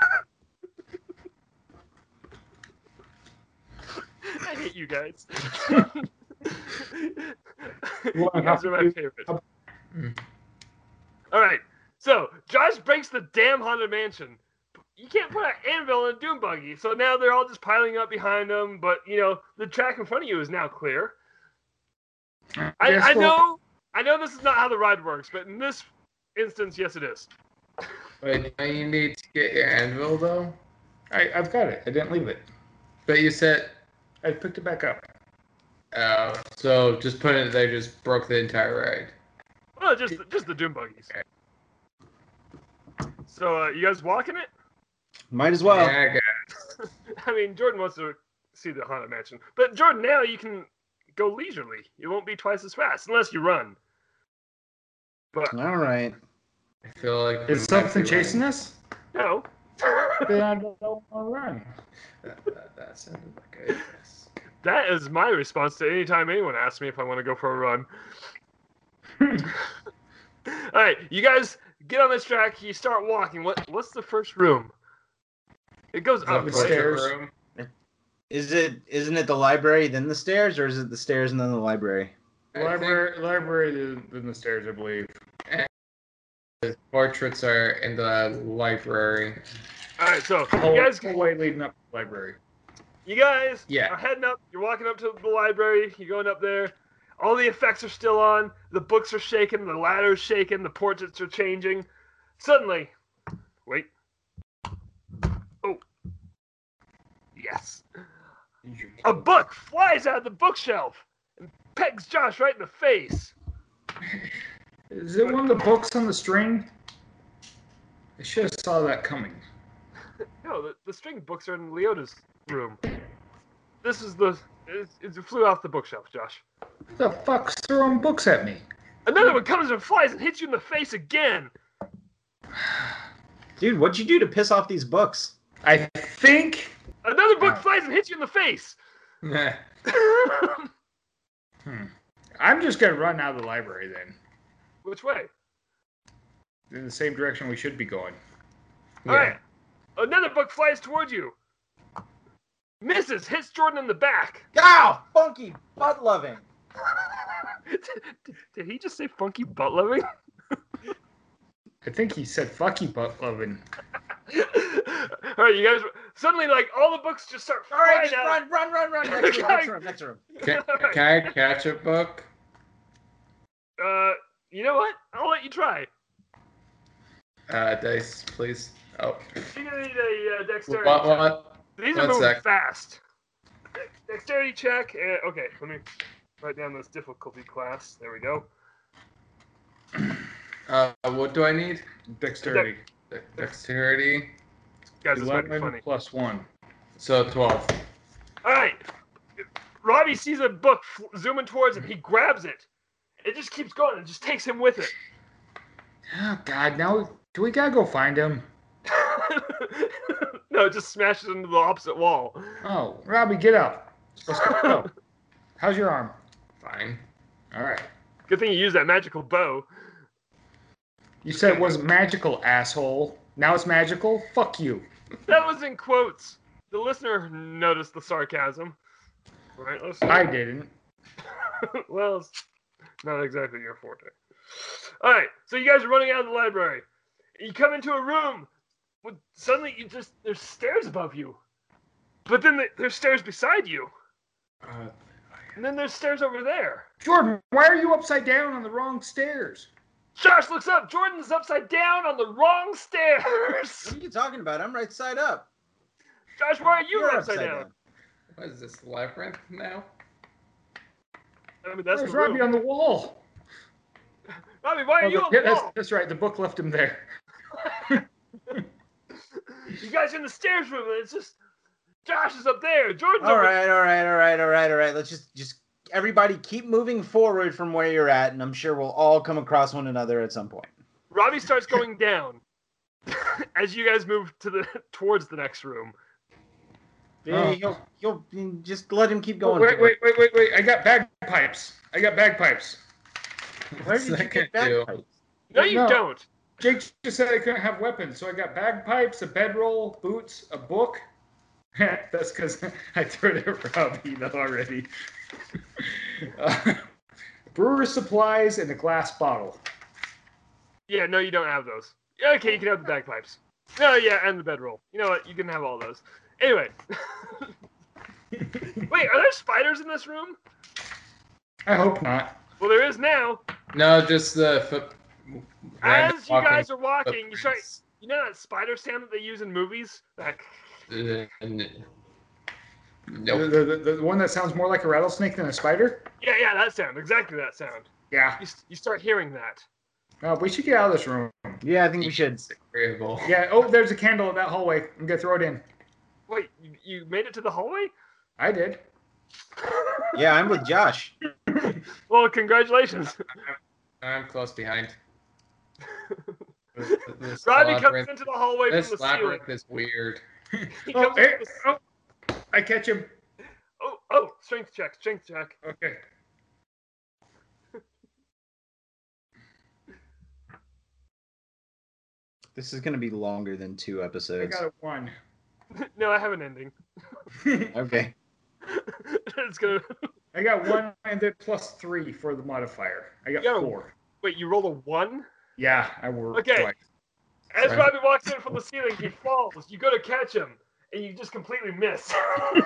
Speaker 2: *laughs* I hate you guys. you
Speaker 1: Well,
Speaker 2: guys are my
Speaker 1: you-
Speaker 2: favorite.
Speaker 4: Mm.
Speaker 2: All right. So Josh breaks the damn haunted mansion. You can't put an anvil in a doom buggy, so now they're all just piling up behind them. But you know the track in front of you is now clear. I,
Speaker 1: Yes,
Speaker 2: I
Speaker 1: well,
Speaker 2: know, I know this is not how the ride works, but in this instance, yes, it is.
Speaker 4: Wait, now you need to get your anvil though.
Speaker 1: I, I've got it. I didn't leave it.
Speaker 4: But you said,
Speaker 1: I picked it back up.
Speaker 4: oh, so just put it there just broke the entire ride.
Speaker 2: Well, just just the doom buggies. So uh, you guys walking it?
Speaker 3: Might as well.
Speaker 4: yeah, I got
Speaker 2: I mean, Jordan wants to see the haunted mansion, but Jordan, now you can go leisurely. You won't be twice as fast unless you run. But
Speaker 3: All right.
Speaker 4: it. I feel like
Speaker 1: Is something chasing us?
Speaker 2: no,
Speaker 1: *laughs* Then I don't want to run.
Speaker 4: That, that, that sounded like a yes.
Speaker 2: that is my response to any time anyone asks me if I want to go for a run. All right, you guys get on this track. You start walking. What what's the first room? It goes up.
Speaker 1: the
Speaker 2: right?
Speaker 1: stairs.
Speaker 4: Room.
Speaker 3: Is it isn't it the library then the stairs or is it the stairs and then the library?
Speaker 4: I think
Speaker 1: Library, library than the stairs, I believe.
Speaker 4: the portraits are in the library.
Speaker 2: All right, so
Speaker 1: Whole,
Speaker 2: you guys
Speaker 1: whole way leading up to the library.
Speaker 2: You guys
Speaker 4: Yeah.
Speaker 2: are heading up. You're walking up to the library. You're going up there. All the effects are still on. The books are shaking. The ladder's shaking. The portraits are changing. Suddenly, wait. Oh. Yes.
Speaker 1: Oh.
Speaker 2: A book flies out of the bookshelf and pegs Josh right in the face.
Speaker 1: Is it one of the books on the string? I should have saw that coming.
Speaker 2: No, the, the string books are in Leota's room. This is the. It, it flew off the bookshelf, Josh.
Speaker 1: Who the fuck's throwing books at me?
Speaker 2: Another one comes and flies and hits you in the face again.
Speaker 3: Dude, what'd you do to piss off these books?
Speaker 1: I think
Speaker 2: Another book
Speaker 1: Wow.
Speaker 2: flies and hits you in the face.
Speaker 4: Nah.
Speaker 1: I'm just gonna run out of the library then,
Speaker 2: *laughs* Which way?
Speaker 1: in the same direction we should be going.
Speaker 2: All right. Another book flies towards you. Misses, hits Jordan in the back. *laughs*
Speaker 3: Gow! Funky butt loving.
Speaker 2: did, did he just say funky butt loving? *laughs*
Speaker 1: I think he said "fuck you, butt loving."
Speaker 2: all right, you guys. Suddenly, like all the books just start
Speaker 3: All
Speaker 2: flying
Speaker 3: right, just
Speaker 2: out.
Speaker 3: run, run, run, run. Next room, next room, next room.
Speaker 4: Can,
Speaker 2: *laughs* All right.
Speaker 4: can I catch a book?
Speaker 2: Uh, you know what? I'll let you try.
Speaker 4: Uh, dice, please. Oh.
Speaker 2: You need a uh, dexterity.
Speaker 4: What,
Speaker 2: check.
Speaker 4: what?
Speaker 2: These are
Speaker 4: one
Speaker 2: moving
Speaker 4: sec.
Speaker 2: fast. De- Dexterity check. Uh, okay, let me write down this difficulty class. There we go.
Speaker 4: Uh, what do I need?
Speaker 1: Dexterity.
Speaker 4: De- Dexterity.
Speaker 2: Guys, this might be funny.
Speaker 1: Eleven plus one.
Speaker 4: So 12.
Speaker 2: All right. Robbie sees a book f- zooming towards him. He grabs it. It just keeps going and just takes him with it. *laughs*
Speaker 1: Oh God, now do we gotta go find him?
Speaker 2: no, it just smashes into the opposite wall.
Speaker 1: Oh, Robbie, get up. Let's
Speaker 2: *laughs*
Speaker 1: go. How's your arm?
Speaker 4: Fine.
Speaker 1: All right.
Speaker 2: Good thing you used that magical bow.
Speaker 1: You said it was magical, asshole. Now it's magical. Fuck you.
Speaker 2: That was in quotes. The listener noticed the sarcasm. Right? Let's
Speaker 1: I didn't.
Speaker 2: *laughs* well, it's not exactly your forte. All right, so you guys are running out of the library. You come into a room with suddenly you just there's stairs above you, but then the- there's stairs beside you,
Speaker 4: Uh,
Speaker 2: and then there's stairs over there.
Speaker 1: Jordan, why are you upside down on the wrong stairs?
Speaker 2: Josh looks up. Jordan's upside down on the wrong
Speaker 3: What
Speaker 2: stairs. *laughs*
Speaker 3: are you talking about? I'm right side up.
Speaker 2: Josh, why are you
Speaker 3: You're
Speaker 2: upside, down?
Speaker 4: what is this, labyrinth now?
Speaker 2: I mean, that's
Speaker 1: There's
Speaker 2: the
Speaker 1: Robbie
Speaker 2: room.
Speaker 1: on the wall.
Speaker 2: Robbie, why are
Speaker 1: Oh,
Speaker 2: you
Speaker 1: the-
Speaker 2: on
Speaker 1: yeah,
Speaker 2: the
Speaker 1: that's,
Speaker 2: wall?
Speaker 1: that's right. The book left him there.
Speaker 2: You guys are in the stairs room, and it's just Josh is up there. Jordan's
Speaker 3: All
Speaker 2: over
Speaker 3: right, all right, all right, all right, all right. Let's just just everybody keep moving forward from where you're at, and I'm sure we'll all come across one another at some point.
Speaker 2: Robbie starts going down *laughs* as you guys move to the towards the next room.
Speaker 1: Oh.
Speaker 3: You'll, you'll just let him keep
Speaker 1: Oh,
Speaker 3: going.
Speaker 1: wait, wait, wait, wait, wait. I got bagpipes. I got bagpipes.
Speaker 3: Where
Speaker 4: What's
Speaker 3: did you
Speaker 4: that
Speaker 3: get
Speaker 4: gonna do?
Speaker 3: that? pipe?
Speaker 2: No, you
Speaker 1: No.
Speaker 2: don't.
Speaker 1: Jake just said I couldn't have weapons, so I got bagpipes, a bedroll, boots, a book, *laughs* That's because *laughs* I threw it at Robbie though already. *laughs* uh, brewer supplies and a glass bottle.
Speaker 2: Yeah, no, you don't have those. Yeah, Okay, you can have the bagpipes. No, yeah, and the bedroll. You know what? You can have all those. Anyway. *laughs* Wait, are there spiders in this room?
Speaker 1: I hope not.
Speaker 2: Well, there is now.
Speaker 4: No, just the foot. random
Speaker 2: As you guys
Speaker 4: walking
Speaker 2: are walking, you start.
Speaker 4: footprints.
Speaker 2: You know that spider sound that they use in movies? Like,
Speaker 4: Uh, n-
Speaker 1: The,
Speaker 4: Nope.
Speaker 1: the- the- the one that sounds more like a rattlesnake than a spider?
Speaker 2: yeah, yeah, that sound. Exactly that sound.
Speaker 1: Yeah.
Speaker 2: You, s- you start hearing that.
Speaker 1: Uh, we should get out of this room.
Speaker 3: Yeah, I think we should.
Speaker 4: Variable.
Speaker 1: Yeah. Oh, there's a candle in that hallway. I'm going to throw it in.
Speaker 2: Wait, you, you made it to the hallway?
Speaker 1: I did.
Speaker 3: Yeah, I'm with Josh.
Speaker 2: *laughs* Well, congratulations.
Speaker 4: I'm close *laughs* behind. This-
Speaker 2: *laughs*
Speaker 4: this
Speaker 2: Rodney comes
Speaker 4: labyrinth-
Speaker 2: into the hallway
Speaker 4: This
Speaker 2: from the ceiling.
Speaker 4: labyrinth is weird.
Speaker 2: He
Speaker 1: Oh,
Speaker 2: comes
Speaker 1: eh,
Speaker 2: into the-
Speaker 1: oh, I catch him.
Speaker 2: oh, oh, strength check, strength check. *laughs*
Speaker 1: Okay.
Speaker 3: This is gonna be longer than two
Speaker 1: I
Speaker 3: episodes.
Speaker 1: got a one. *laughs*
Speaker 2: no, I have an ending. *laughs*
Speaker 3: Okay.
Speaker 2: it's gonna.
Speaker 1: I got one and then plus three for the modifier. I got
Speaker 2: Yo.
Speaker 1: four.
Speaker 2: Wait, you rolled a one?
Speaker 1: Yeah, I were.
Speaker 2: Okay.
Speaker 1: twice.
Speaker 2: As
Speaker 4: Right.
Speaker 2: Robbie walks in from the ceiling, he falls. You go to catch him, and you just completely miss.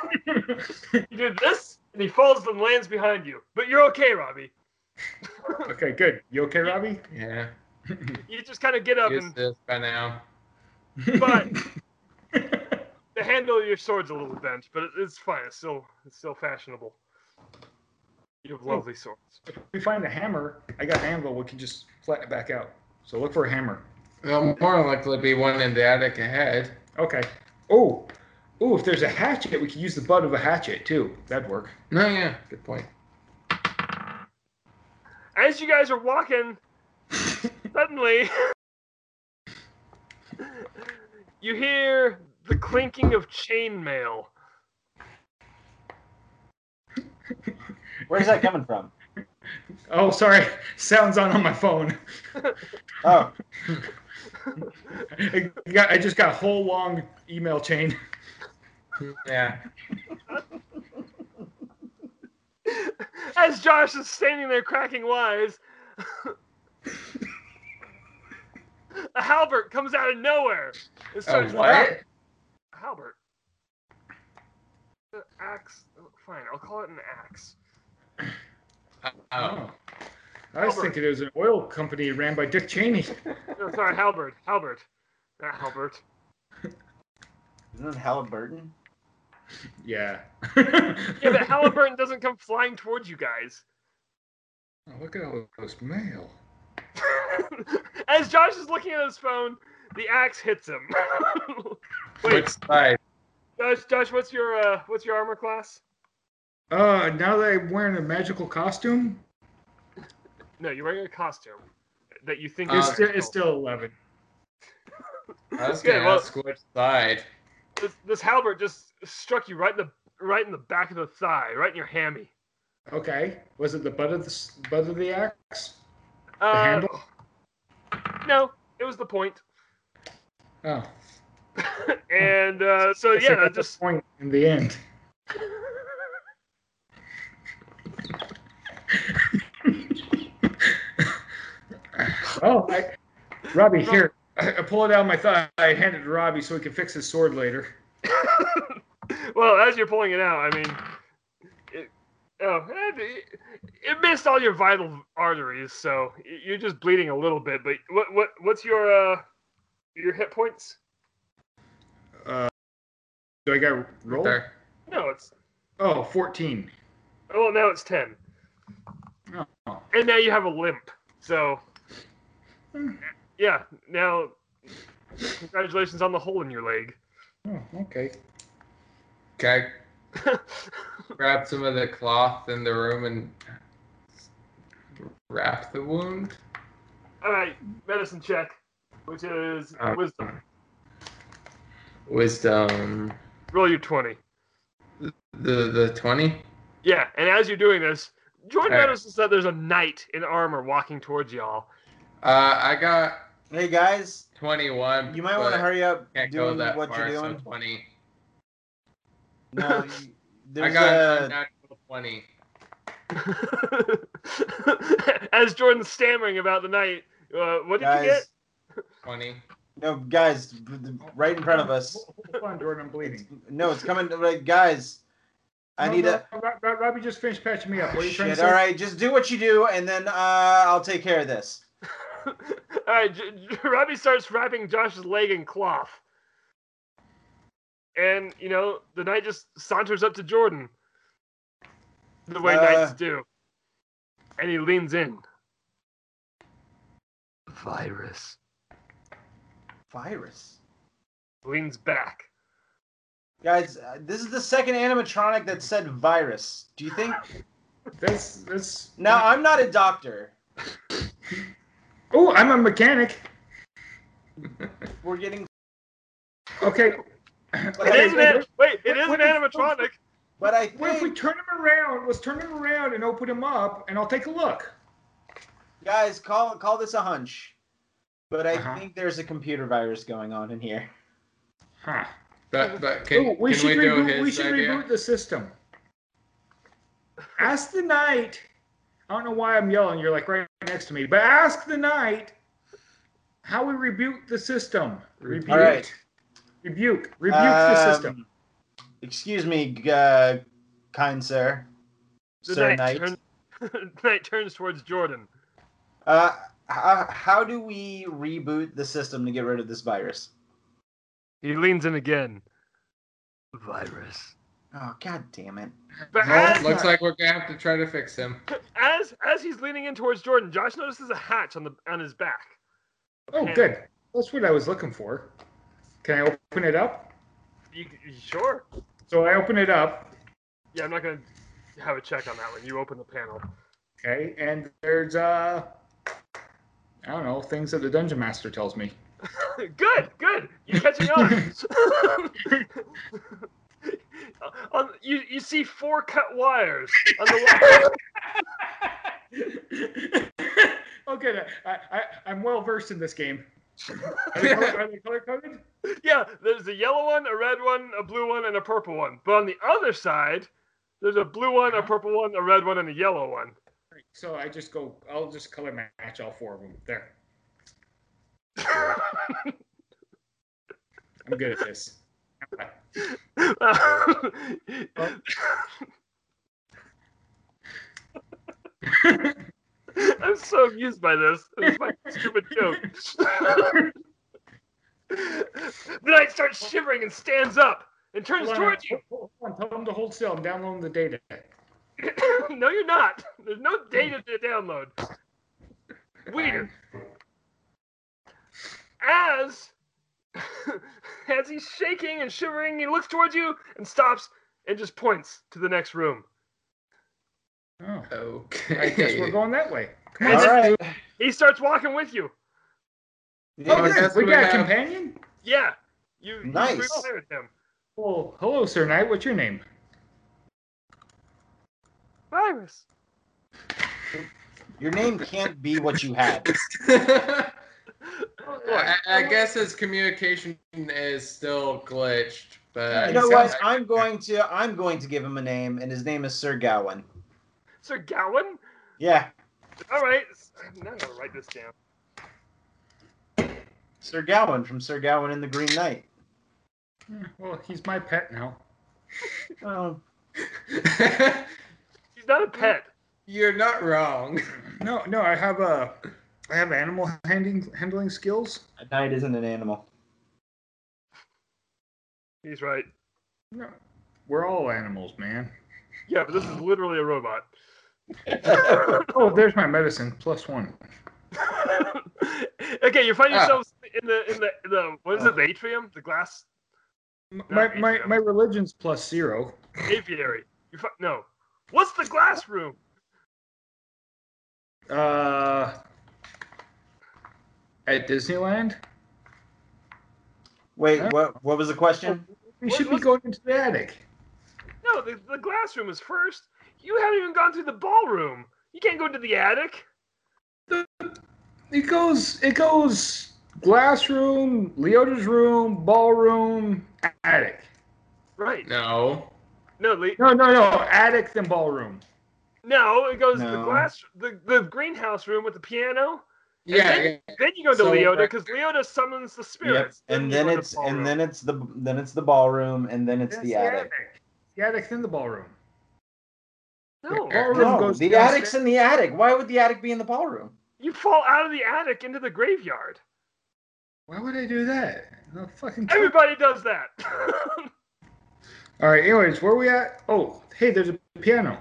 Speaker 2: *laughs* you do this, and he falls and lands behind you. But you're okay, Robbie.
Speaker 1: Okay, good. You okay, Robbie?
Speaker 4: Yeah.
Speaker 2: You just kind of get up
Speaker 4: Use
Speaker 2: and
Speaker 4: this by now.
Speaker 2: *laughs* but the handle of your sword's a little bent, but it, it's fine. It's still it's still fashionable. You have lovely swords.
Speaker 1: If *laughs* we find a hammer, I got an anvil. We can just flatten it back out. So look for a hammer.
Speaker 4: There'll Uh, more likely be one in the attic ahead.
Speaker 1: Okay. Oh, oh, if there's a hatchet, we could use the butt of a hatchet too. That'd work.
Speaker 4: No, yeah, good point.
Speaker 2: As you guys are walking, suddenly you hear the clinking of chainmail.
Speaker 3: Where's that coming from?
Speaker 1: Oh, sorry. *laughs* Sounds on on my phone.
Speaker 3: *laughs*
Speaker 1: *laughs*
Speaker 3: Oh,
Speaker 1: I, got, I just got a whole long email chain.
Speaker 4: Yeah.
Speaker 2: As Josh is standing there cracking wise, a halberd comes out of nowhere. and
Speaker 4: Oh,
Speaker 2: starts
Speaker 4: what?
Speaker 2: Halbert. The axe. oh, Fine, I'll call it an axe.
Speaker 4: Oh.
Speaker 1: I was
Speaker 2: Albert.
Speaker 1: thinking it was an oil company ran by Dick Cheney. *laughs*
Speaker 2: No, sorry, halberd. Halberd. Not halbert.
Speaker 3: isn't it Halliburton?
Speaker 1: Yeah.
Speaker 2: Yeah, but
Speaker 1: *laughs*
Speaker 2: Halliburton doesn't come flying towards you guys.
Speaker 1: Oh, look at all this mail.
Speaker 2: *laughs* As Josh is looking at his phone, the axe hits him. *laughs* Wait,
Speaker 4: Which side?
Speaker 2: Josh, Josh, what's your uh, what's your armor class?
Speaker 1: Uh, now that I'm wearing a magical costume,
Speaker 2: No, you're wearing a costume that you think
Speaker 1: it's,
Speaker 4: Uh,
Speaker 2: is
Speaker 1: still, it's still 11.
Speaker 4: I was
Speaker 2: Yeah,
Speaker 4: gonna
Speaker 2: well-
Speaker 4: ask which side.
Speaker 2: this, this halberd just struck you right in the right in the back of the thigh, right in your hammy.
Speaker 1: Okay. Was it the butt of the s- butt of the axe? The
Speaker 2: Uh,
Speaker 1: handle?
Speaker 2: no, it was the point. *laughs*
Speaker 1: Oh.
Speaker 2: and uh, so
Speaker 1: Guess I
Speaker 2: yeah,
Speaker 1: got the
Speaker 2: just
Speaker 1: point in the end. Oh, I, Robbie, here. I, I pull it out of my thigh. I hand it to Robbie so he can fix his sword later.
Speaker 2: *laughs* well, as you're pulling it out, I mean, it, oh, it, it missed all your vital arteries, so you're just bleeding a little bit. But what what what's your uh your hit points?
Speaker 1: Uh, do I got roll?
Speaker 4: There.
Speaker 2: No, it's
Speaker 1: Oh, 14.
Speaker 2: well now it's ten,
Speaker 1: Oh.
Speaker 2: and now you have a limp. So
Speaker 1: Hmm.
Speaker 2: yeah, now congratulations on the hole in your leg. *laughs*
Speaker 1: Oh, okay.
Speaker 4: Okay. Grab some of the cloth in the room and wrap the wound.
Speaker 2: all right, medicine check, which is
Speaker 4: Uh,
Speaker 2: wisdom.
Speaker 4: Wisdom.
Speaker 2: Roll your twenty.
Speaker 4: The the twenty.
Speaker 2: Yeah, and as you're doing this, Jordan
Speaker 4: Alright.
Speaker 2: notices that there's a knight in armor walking towards y'all. *laughs*
Speaker 4: Uh, I got
Speaker 3: Hey guys,
Speaker 4: twenty one.
Speaker 3: you might want to hurry up
Speaker 4: Can't go
Speaker 3: doing
Speaker 4: that
Speaker 3: what
Speaker 4: far.
Speaker 3: you're
Speaker 4: so
Speaker 3: doing.
Speaker 4: twenty.
Speaker 3: No,
Speaker 4: *laughs*
Speaker 3: you-
Speaker 4: I
Speaker 3: there's uh,
Speaker 4: got
Speaker 3: a-
Speaker 4: a natural twenty.
Speaker 2: As Jordan's stammering about the night, uh, what did you get? *laughs*
Speaker 3: guys.
Speaker 4: 20.
Speaker 3: No, guys, b- b- right in front of us.
Speaker 1: Hold on, Jordan. I'm bleeding.
Speaker 3: No, it's coming. Like, guys, I
Speaker 1: No,
Speaker 3: need
Speaker 1: no,
Speaker 3: a.
Speaker 1: Rob- Rob- Robbie just finished patching me up. What are you trying to
Speaker 3: Shit,
Speaker 1: say?
Speaker 3: all right, just do what you do, and then uh, I'll take care of this.
Speaker 2: All right, J- J- Robbie starts wrapping Josh's leg in cloth, and you know the knight just saunters up to Jordan, the way
Speaker 3: Uh.
Speaker 2: knights do, and he leans in. Virus
Speaker 3: Virus.
Speaker 2: leans back.
Speaker 3: Guys, uh, this is the second animatronic that said virus. Do you think?
Speaker 1: That's that's.
Speaker 3: Now, I'm not a doctor.
Speaker 1: Oh, I'm a mechanic.
Speaker 3: We're getting.
Speaker 1: Okay.
Speaker 2: It
Speaker 3: Okay,
Speaker 2: is an an- wait, it
Speaker 1: what-
Speaker 2: is an
Speaker 1: what is-
Speaker 2: animatronic.
Speaker 3: But I
Speaker 1: What if we
Speaker 3: think,
Speaker 1: turn him around? Let's turn him around and open him up, and I'll take a look.
Speaker 3: guys, call call this a hunch. But I
Speaker 1: Uh-huh.
Speaker 3: think there's a computer virus going on in here.
Speaker 1: Huh.
Speaker 4: But but
Speaker 1: Ooh,
Speaker 4: can,
Speaker 1: we
Speaker 4: can
Speaker 1: should
Speaker 4: we do
Speaker 1: reboot.
Speaker 4: his
Speaker 1: We should
Speaker 4: idea?
Speaker 1: reboot the system. Ask the knight. I don't know why I'm yelling. You're like right next to me, but ask the knight how we rebuke the system. Rebuke.
Speaker 3: All right.
Speaker 1: Rebuke. Rebuke the
Speaker 3: Um,
Speaker 1: system.
Speaker 3: Excuse me, g- uh, kind sir.
Speaker 2: The
Speaker 3: Sir
Speaker 2: knight,
Speaker 3: Knight.
Speaker 2: turn- *laughs* the knight turns towards Jordan.
Speaker 3: Uh, how, how do we reboot the system to get rid of this virus?
Speaker 2: He leans in again. Virus.
Speaker 3: Oh, god damn it.
Speaker 2: But
Speaker 1: No,
Speaker 2: as,
Speaker 4: Well, looks like we're gonna have to try to fix him.
Speaker 2: as as he's leaning in towards Jordan, Josh notices a hatch on the on his back.
Speaker 1: Oh,
Speaker 2: hmm.
Speaker 1: good. That's what I was looking for. Can I open it up?
Speaker 2: You, you sure?
Speaker 1: So I open it up.
Speaker 2: Yeah, I'm not gonna have a check on that one. You open the panel. *laughs*
Speaker 1: Okay, and there's uh, I don't know, things that the dungeon master tells me. *laughs*
Speaker 2: good, good. You're catching on. *laughs* on you, you see four cut wires on the wall. *laughs*
Speaker 1: okay, I, I I'm well versed in this game. Are they, color, are they color coded?
Speaker 2: Yeah, there's a yellow one, a red one, a blue one, and a purple one. But on the other side, there's a blue one, a purple one, a red one, and a yellow one. *laughs*
Speaker 1: So I just go. I'll just color match all four of them. There, I'm good at
Speaker 2: *laughs*
Speaker 1: this.
Speaker 2: I'm so amused by this. It's my stupid joke. *laughs* the knight starts shivering and stands up and turns
Speaker 1: Hold on,
Speaker 2: towards you.
Speaker 1: hold on, tell them to hold still. I'm downloading the data.
Speaker 2: *coughs* no, you're not. There's no data to download. Weird. As *coughs* as he's shaking and shivering, he looks towards you and stops and just points to the next room.
Speaker 1: Oh,
Speaker 4: Okay. *laughs*
Speaker 1: I guess we're going that way.
Speaker 3: All
Speaker 1: Come on.
Speaker 3: right.
Speaker 2: He starts walking with you.
Speaker 1: Oh,
Speaker 4: I
Speaker 1: good.
Speaker 4: guess
Speaker 1: We
Speaker 4: we
Speaker 1: got a
Speaker 4: have-
Speaker 1: companion.
Speaker 2: Yeah. You you
Speaker 3: Nice.
Speaker 2: re-cleared him.
Speaker 1: Well, hello, Sir Knight. What's your name?
Speaker 2: Virus.
Speaker 3: Your name can't be what you
Speaker 1: *laughs*
Speaker 3: had.
Speaker 4: well,
Speaker 2: Oh,
Speaker 4: I, I guess his communication is still glitched, but
Speaker 3: You know what? I'm going to I'm going to give him a name, and his name is Sir Gawain.
Speaker 2: Sir Gowan?
Speaker 3: Yeah,
Speaker 2: Alright. Now I'm gonna write this down.
Speaker 3: Sir Gawain from Sir Gawain and the Green Knight.
Speaker 1: Hmm, Well, he's my pet now.
Speaker 3: Oh,
Speaker 2: He's not a pet.
Speaker 4: *laughs* You're not wrong.
Speaker 1: No, no, I have uh, I have animal handling handling skills.
Speaker 3: a knight isn't an animal.
Speaker 2: He's right.
Speaker 1: No, we're all animals, man.
Speaker 2: Yeah, but this is literally a robot. *coughs*
Speaker 1: Oh, there's my medicine plus one.
Speaker 2: *laughs* okay, you find
Speaker 4: Ah.
Speaker 2: yourselves in the in the in the what is it? The atrium, the glass
Speaker 1: M- My my my religion's plus zero.
Speaker 2: aviary. You fi- no. What's the glass room?
Speaker 1: Uh, at Disneyland,
Speaker 3: Wait, what what was the question?
Speaker 1: we
Speaker 2: What-
Speaker 1: should be
Speaker 2: what-
Speaker 1: going into the attic.
Speaker 2: No, the, the glass room is first. You haven't even gone through the ballroom. You can't go into the attic.
Speaker 1: It goes it goes glass room, Leota's room, ballroom, attic.
Speaker 2: Right.
Speaker 4: No.
Speaker 2: No, the,
Speaker 1: No, no, no. Attic and ballroom.
Speaker 2: no, it goes to the
Speaker 3: No.
Speaker 2: glass, the, the greenhouse room with the piano.
Speaker 4: Yeah,
Speaker 2: then-
Speaker 4: yeah.
Speaker 2: Then you go to
Speaker 4: So-
Speaker 2: Leota because Leota summons the
Speaker 3: Yep.
Speaker 2: spirits.
Speaker 3: And
Speaker 2: you
Speaker 3: then
Speaker 2: go to
Speaker 3: it's
Speaker 2: ballroom.
Speaker 3: and then it's the then it's the ballroom and then it's
Speaker 1: That's
Speaker 3: the attic.
Speaker 1: The attic's in the ballroom.
Speaker 2: no,
Speaker 1: Ballroom
Speaker 3: No,
Speaker 1: goes
Speaker 3: the
Speaker 1: downstairs.
Speaker 3: attic's in the attic. Why would the attic be in the ballroom?
Speaker 2: you fall out of the attic into the graveyard.
Speaker 1: Why would I do that? No fucking.
Speaker 2: Everybody does that. *laughs*
Speaker 1: All right. Anyways, where we at? Oh, hey, there's a piano.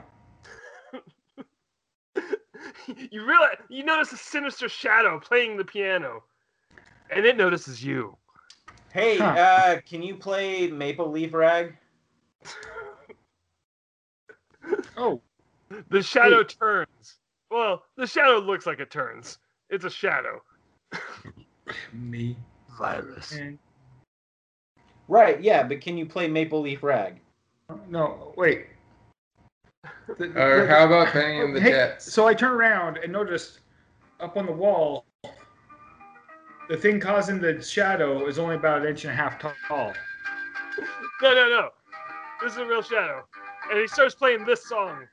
Speaker 2: *laughs* you realize you notice a sinister shadow playing the piano, and it notices you.
Speaker 3: Hey,
Speaker 1: Huh.
Speaker 3: uh, can you play Maple Leaf Rag?
Speaker 1: Oh,
Speaker 2: The shadow turns. Well, the shadow looks like it turns. It's a shadow.
Speaker 4: Me.
Speaker 2: Virus.
Speaker 1: and-
Speaker 3: Right, yeah, but can you play Maple Leaf Rag?
Speaker 1: no, wait. The-
Speaker 4: Or
Speaker 1: the-
Speaker 4: how about Benny and the
Speaker 1: Hey,
Speaker 4: Jets?
Speaker 1: So I turn around and noticed up on the wall, the thing causing the shadow is only about an inch and a half tall.
Speaker 2: No, no, no. This is a real shadow. And he starts playing this song.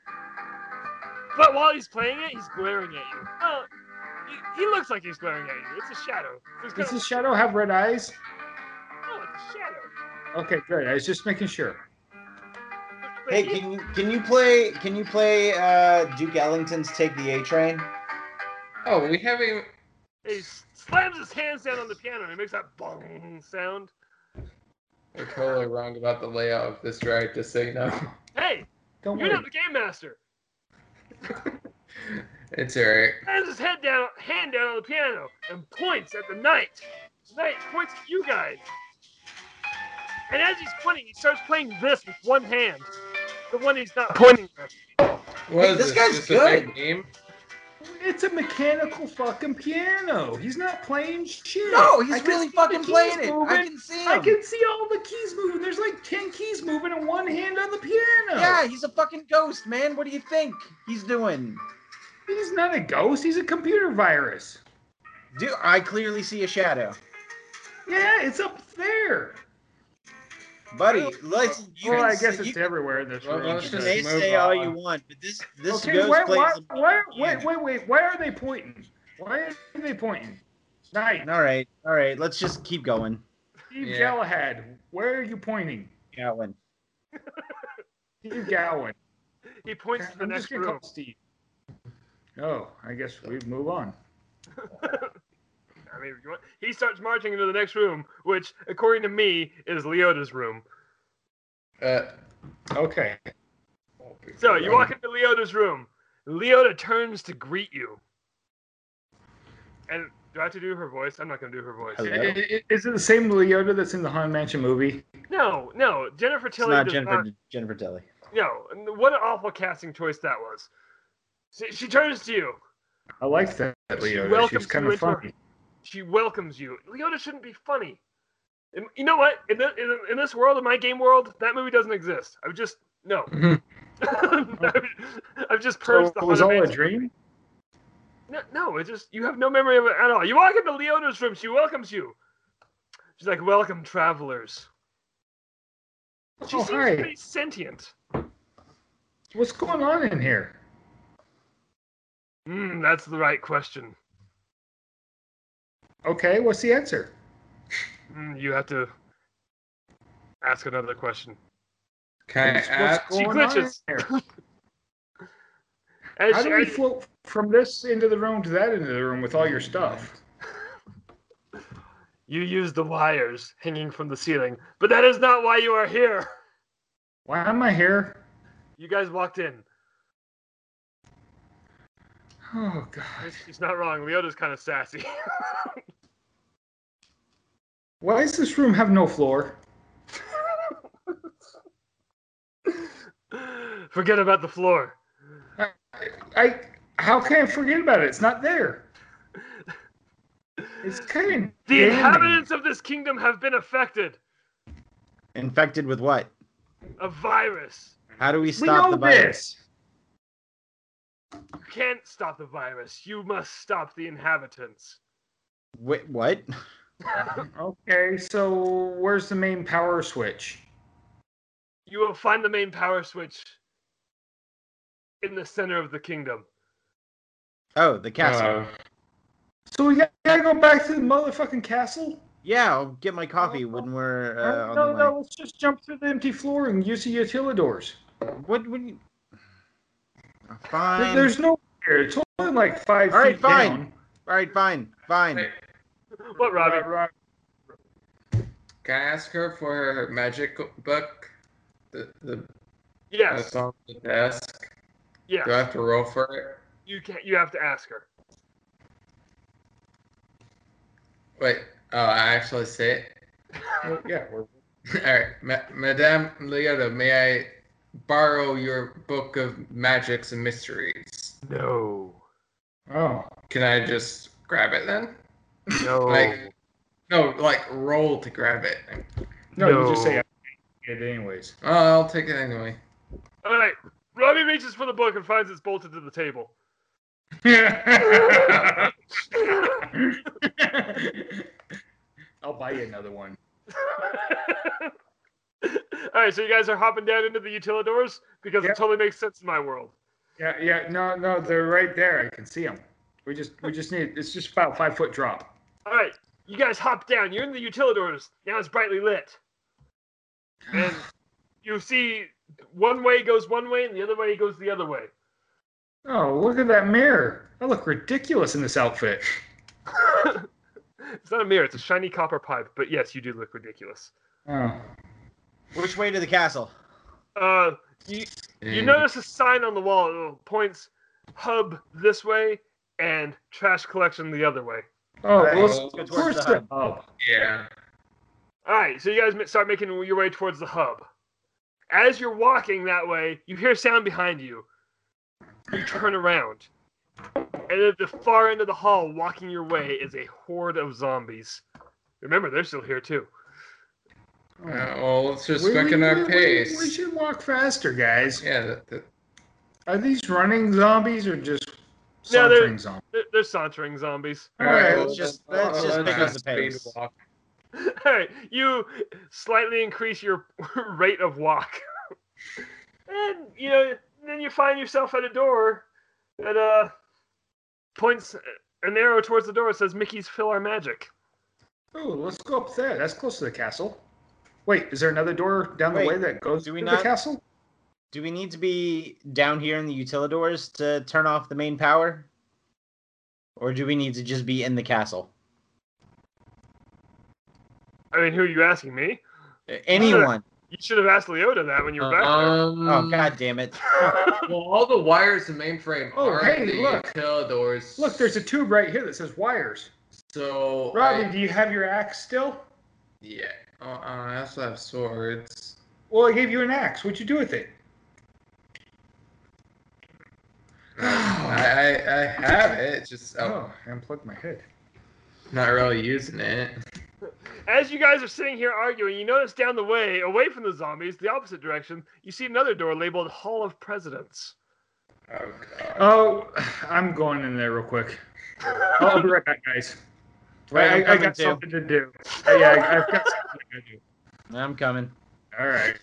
Speaker 2: But while he's playing it, he's glaring at you. Well, he, he looks like he's glaring at you. It's a shadow. It's
Speaker 1: Does
Speaker 2: kind
Speaker 1: the
Speaker 2: of,
Speaker 1: shadow have red eyes?
Speaker 2: no, oh, it's a shadow.
Speaker 1: Okay, good. I was just making sure.
Speaker 2: But
Speaker 3: Hey,
Speaker 2: he-
Speaker 3: can you can you play can you play uh, Duke Ellington's Take the A Train?
Speaker 4: Oh, we haven't. even-
Speaker 2: He slams his hands down on the piano and it makes that bong sound.
Speaker 4: We're totally wrong about the layout of this drive, just so you know. *laughs*
Speaker 2: Hey,
Speaker 1: Don't
Speaker 2: you're
Speaker 1: worry.
Speaker 2: not the game master.
Speaker 4: It's alright.
Speaker 2: Slams his head down, hand down on the piano and points at the knight. The knight points at you guys. And as he's pointing, he starts playing this with one hand. The one he's not pointing with.
Speaker 4: What
Speaker 3: Hey,
Speaker 4: is
Speaker 3: this guy's
Speaker 4: just A
Speaker 3: good.
Speaker 4: big game?
Speaker 1: It's a mechanical fucking piano. He's not playing shit.
Speaker 3: No, he's
Speaker 1: I can
Speaker 3: really
Speaker 1: see the
Speaker 3: fucking
Speaker 1: keys
Speaker 3: playing it.
Speaker 1: moving.
Speaker 3: I can see him.
Speaker 1: I can see all the keys moving. There's like ten keys moving and one hand on the piano.
Speaker 3: Yeah, he's a fucking ghost, man. What do you think he's doing?
Speaker 1: He's not a ghost. He's a computer virus.
Speaker 3: Do I clearly see a shadow,
Speaker 1: Yeah, it's up there.
Speaker 3: buddy? Listen, you
Speaker 1: well,
Speaker 3: can
Speaker 1: I guess
Speaker 3: see-
Speaker 1: it's everywhere in this
Speaker 4: Well,
Speaker 1: room.
Speaker 4: let's
Speaker 3: you
Speaker 4: just
Speaker 3: may
Speaker 4: move
Speaker 3: say all
Speaker 4: on.
Speaker 3: you want, but this this
Speaker 1: okay,
Speaker 3: ghost
Speaker 1: why,
Speaker 3: plays.
Speaker 1: why,
Speaker 3: a-
Speaker 1: why, wait, wait, wait. Why are they pointing? Why are they pointing? Knight,
Speaker 3: All right, all right. Let's just keep going.
Speaker 1: Steve
Speaker 4: Yeah.
Speaker 1: Galahad, where are you pointing?
Speaker 3: Yeah, when
Speaker 1: Steve Gowan.
Speaker 2: He points to the
Speaker 1: I'm
Speaker 2: next
Speaker 1: just gonna
Speaker 2: room.
Speaker 1: call Steve. Oh, I guess we move on.
Speaker 2: I mean, if you want- he starts marching into the next room, which, according to me, is Leota's room.
Speaker 4: Uh,
Speaker 1: Okay.
Speaker 2: So you walk into Leota's room. Leota turns to greet you. And do I have to do her voice? I'm not going to do her voice.
Speaker 1: I-
Speaker 3: Hello?
Speaker 1: I- Is it the same Leota that's in the Haunted Mansion movie?
Speaker 2: No, no, Jennifer
Speaker 3: it's
Speaker 2: Tilly
Speaker 3: not
Speaker 2: does
Speaker 3: Jennifer
Speaker 2: not.
Speaker 3: Jennifer Tilly.
Speaker 2: No, and what an awful casting choice that was. She, she turns to you.
Speaker 1: I like that
Speaker 2: She
Speaker 1: Leota.
Speaker 2: welcomes
Speaker 1: She's kind
Speaker 2: you
Speaker 1: of
Speaker 2: into her-
Speaker 1: funny.
Speaker 2: She welcomes you. Leota shouldn't be funny. And you know what? In, the, in, in this world, in my game world, that movie doesn't exist. I would just
Speaker 1: *laughs*
Speaker 2: no. *laughs*
Speaker 4: Mhm.
Speaker 2: I've, I've just
Speaker 1: So
Speaker 2: purged
Speaker 1: it
Speaker 2: the
Speaker 1: was all a
Speaker 2: Haunted Mansion.
Speaker 1: dream?
Speaker 2: No, no, it's just you have no memory of it at all. You walk into Leota's room. She welcomes you. She's like, "Welcome, travelers." She
Speaker 1: Oh,
Speaker 2: seems
Speaker 1: hi.
Speaker 2: pretty sentient.
Speaker 1: What's going on in here?
Speaker 2: Mm, that's the right question.
Speaker 1: Okay, what's the answer?
Speaker 2: Mm, you have to ask another question.
Speaker 4: Can I
Speaker 1: What's
Speaker 4: ask?
Speaker 2: uh, She
Speaker 1: going on in
Speaker 2: glitches.
Speaker 1: here?
Speaker 2: As
Speaker 1: How
Speaker 2: she-
Speaker 1: do we
Speaker 2: as-
Speaker 1: float from this end of the room to that end of the room with all your stuff?
Speaker 2: you use the wires hanging from the ceiling, but that is not why you are here.
Speaker 1: Why am I here?
Speaker 2: You guys walked in.
Speaker 1: Oh god.
Speaker 2: She's not wrong. Leota's kind of sassy. *laughs*
Speaker 1: Why does this room have no floor?
Speaker 2: Forget about the floor.
Speaker 1: I how can I forget about it? It's not there. It's kind of
Speaker 2: The inhabitants of this kingdom have been affected.
Speaker 3: Infected with what?
Speaker 2: A virus.
Speaker 3: How do we
Speaker 1: We
Speaker 3: stop
Speaker 1: know
Speaker 3: the virus?
Speaker 1: this.
Speaker 2: You can't stop the virus. You must stop the inhabitants.
Speaker 3: Wait, what?
Speaker 1: Okay, so where's the main power switch?
Speaker 2: You will find the main power switch in the center of the kingdom.
Speaker 3: Oh, the castle.
Speaker 4: Uh,
Speaker 1: So we gotta go back to the motherfucking castle?
Speaker 3: yeah, I'll get my coffee when we're uh, on
Speaker 1: no,
Speaker 3: the way.
Speaker 1: no, let's just jump through the empty floor and use the utilidors.
Speaker 3: What would you?
Speaker 1: There-
Speaker 3: Fine.
Speaker 1: There's no here. It's only like five
Speaker 3: All right,
Speaker 1: feet
Speaker 3: fine.
Speaker 1: down.
Speaker 3: All right, fine, fine.
Speaker 4: Hey.
Speaker 2: What, Robbie?
Speaker 1: Right, right.
Speaker 4: can I ask her for her magic book? The, the,
Speaker 2: Yes.
Speaker 4: that's on the desk.
Speaker 2: Yes.
Speaker 4: Do I have to roll for it?
Speaker 2: You can not You have to ask her.
Speaker 4: Wait, oh, I actually say it.
Speaker 1: Well, yeah, we're,
Speaker 4: All right, Ma- Madame Leota, may I borrow your book of magics and mysteries?
Speaker 2: No.
Speaker 1: oh.
Speaker 4: Can I just grab it then?
Speaker 2: No.
Speaker 4: *laughs* Like- No, like roll to grab it.
Speaker 1: No, you just say
Speaker 2: No.
Speaker 1: I can't get it anyways. *laughs*
Speaker 4: Oh, I'll take it anyway.
Speaker 2: All right. Robbie reaches for the book and finds it's bolted to the table.
Speaker 1: I'll buy you another one.
Speaker 2: All right, so you guys are hopping down into the utilidors because
Speaker 1: Yeah.
Speaker 2: it totally makes sense in my world.
Speaker 1: Yeah, yeah, no, no, they're right there. I can see them. We just, we just need. It's just about five foot drop.
Speaker 2: All right, you guys hop down. You're in the utilidors. Now it's brightly lit. And you see one way goes one way and the other way goes the other way. *laughs*
Speaker 1: Oh, look at that mirror. I look ridiculous in this outfit.
Speaker 2: it's not a mirror, it's a shiny copper pipe. But yes, you do look ridiculous.
Speaker 1: Oh,
Speaker 3: Which way to the castle?
Speaker 2: Uh, you,
Speaker 4: Mm.
Speaker 2: you notice a sign on the wall that points hub this way and trash collection the other way.
Speaker 1: oh,
Speaker 3: Right,
Speaker 1: well,
Speaker 4: let's go
Speaker 1: of
Speaker 3: towards
Speaker 1: course. oh.
Speaker 3: the
Speaker 1: The hub.
Speaker 4: Yeah.
Speaker 2: All right, so you guys ma- start making your way towards the hub. As you're walking that way, you hear sound behind you. You turn around. And at the far end of the hall, walking your way, is a horde of zombies. Remember, they're still here too.
Speaker 4: Uh, well, let's just
Speaker 1: We- we-
Speaker 4: quicken our
Speaker 1: we- we-
Speaker 4: pace.
Speaker 1: We should walk faster, guys.
Speaker 4: Yeah. That, that,
Speaker 1: Are these running zombies or just
Speaker 2: No, they're-
Speaker 1: sauntering zombies?
Speaker 2: They're, they're sauntering zombies.
Speaker 1: All right,
Speaker 4: well,
Speaker 3: let's just-
Speaker 4: then-
Speaker 3: let's just pick up the pace.
Speaker 4: speed walk.
Speaker 2: *laughs* All right, you slightly increase your *laughs* rate of walk. *laughs* and, you know, then you find yourself at a door that uh, points an arrow towards the door. It says, Mickey's Fill Our Magic.
Speaker 1: Oh, let's go up there. That's close to the castle. Wait, is there another door down the
Speaker 3: Wait,
Speaker 1: way that goes
Speaker 3: do
Speaker 1: to
Speaker 3: we
Speaker 1: the
Speaker 3: not-
Speaker 1: castle?
Speaker 3: Do we need to be down here in the utilidors to turn off the main power, or do we need to just be in the castle?
Speaker 2: I mean, who are you asking me?
Speaker 3: Anyone?
Speaker 2: You should have asked Leota that when you were back
Speaker 4: Um,
Speaker 3: Oh god damn it!
Speaker 2: there.
Speaker 4: Well, all the wires and mainframe
Speaker 1: Oh,
Speaker 4: are
Speaker 1: hey,
Speaker 4: the
Speaker 1: look.
Speaker 4: utilidors.
Speaker 1: Look, there's a tube right here that says wires.
Speaker 4: So.
Speaker 1: Robbie,
Speaker 4: I,
Speaker 1: do you have your axe still?
Speaker 4: yeah. Uh, uh, I also have swords.
Speaker 1: Well, I gave you an axe. What'd you do with it?
Speaker 4: I, I, I have it. Just oh,
Speaker 1: Oh, I unplugged my head.
Speaker 4: not really using it.
Speaker 2: *laughs* As you guys are sitting here arguing, you notice down the way, away from the zombies, the opposite direction, you see another door labeled Hall of Presidents.
Speaker 4: Oh god.
Speaker 1: Oh, I'm going in there real quick. Oh, I'll be right back, guys.
Speaker 3: Right, I'm
Speaker 1: I, I
Speaker 3: coming
Speaker 1: got
Speaker 3: too.
Speaker 1: something to do. Uh, yeah, I, I've got something to do.
Speaker 3: I'm coming.
Speaker 1: All right,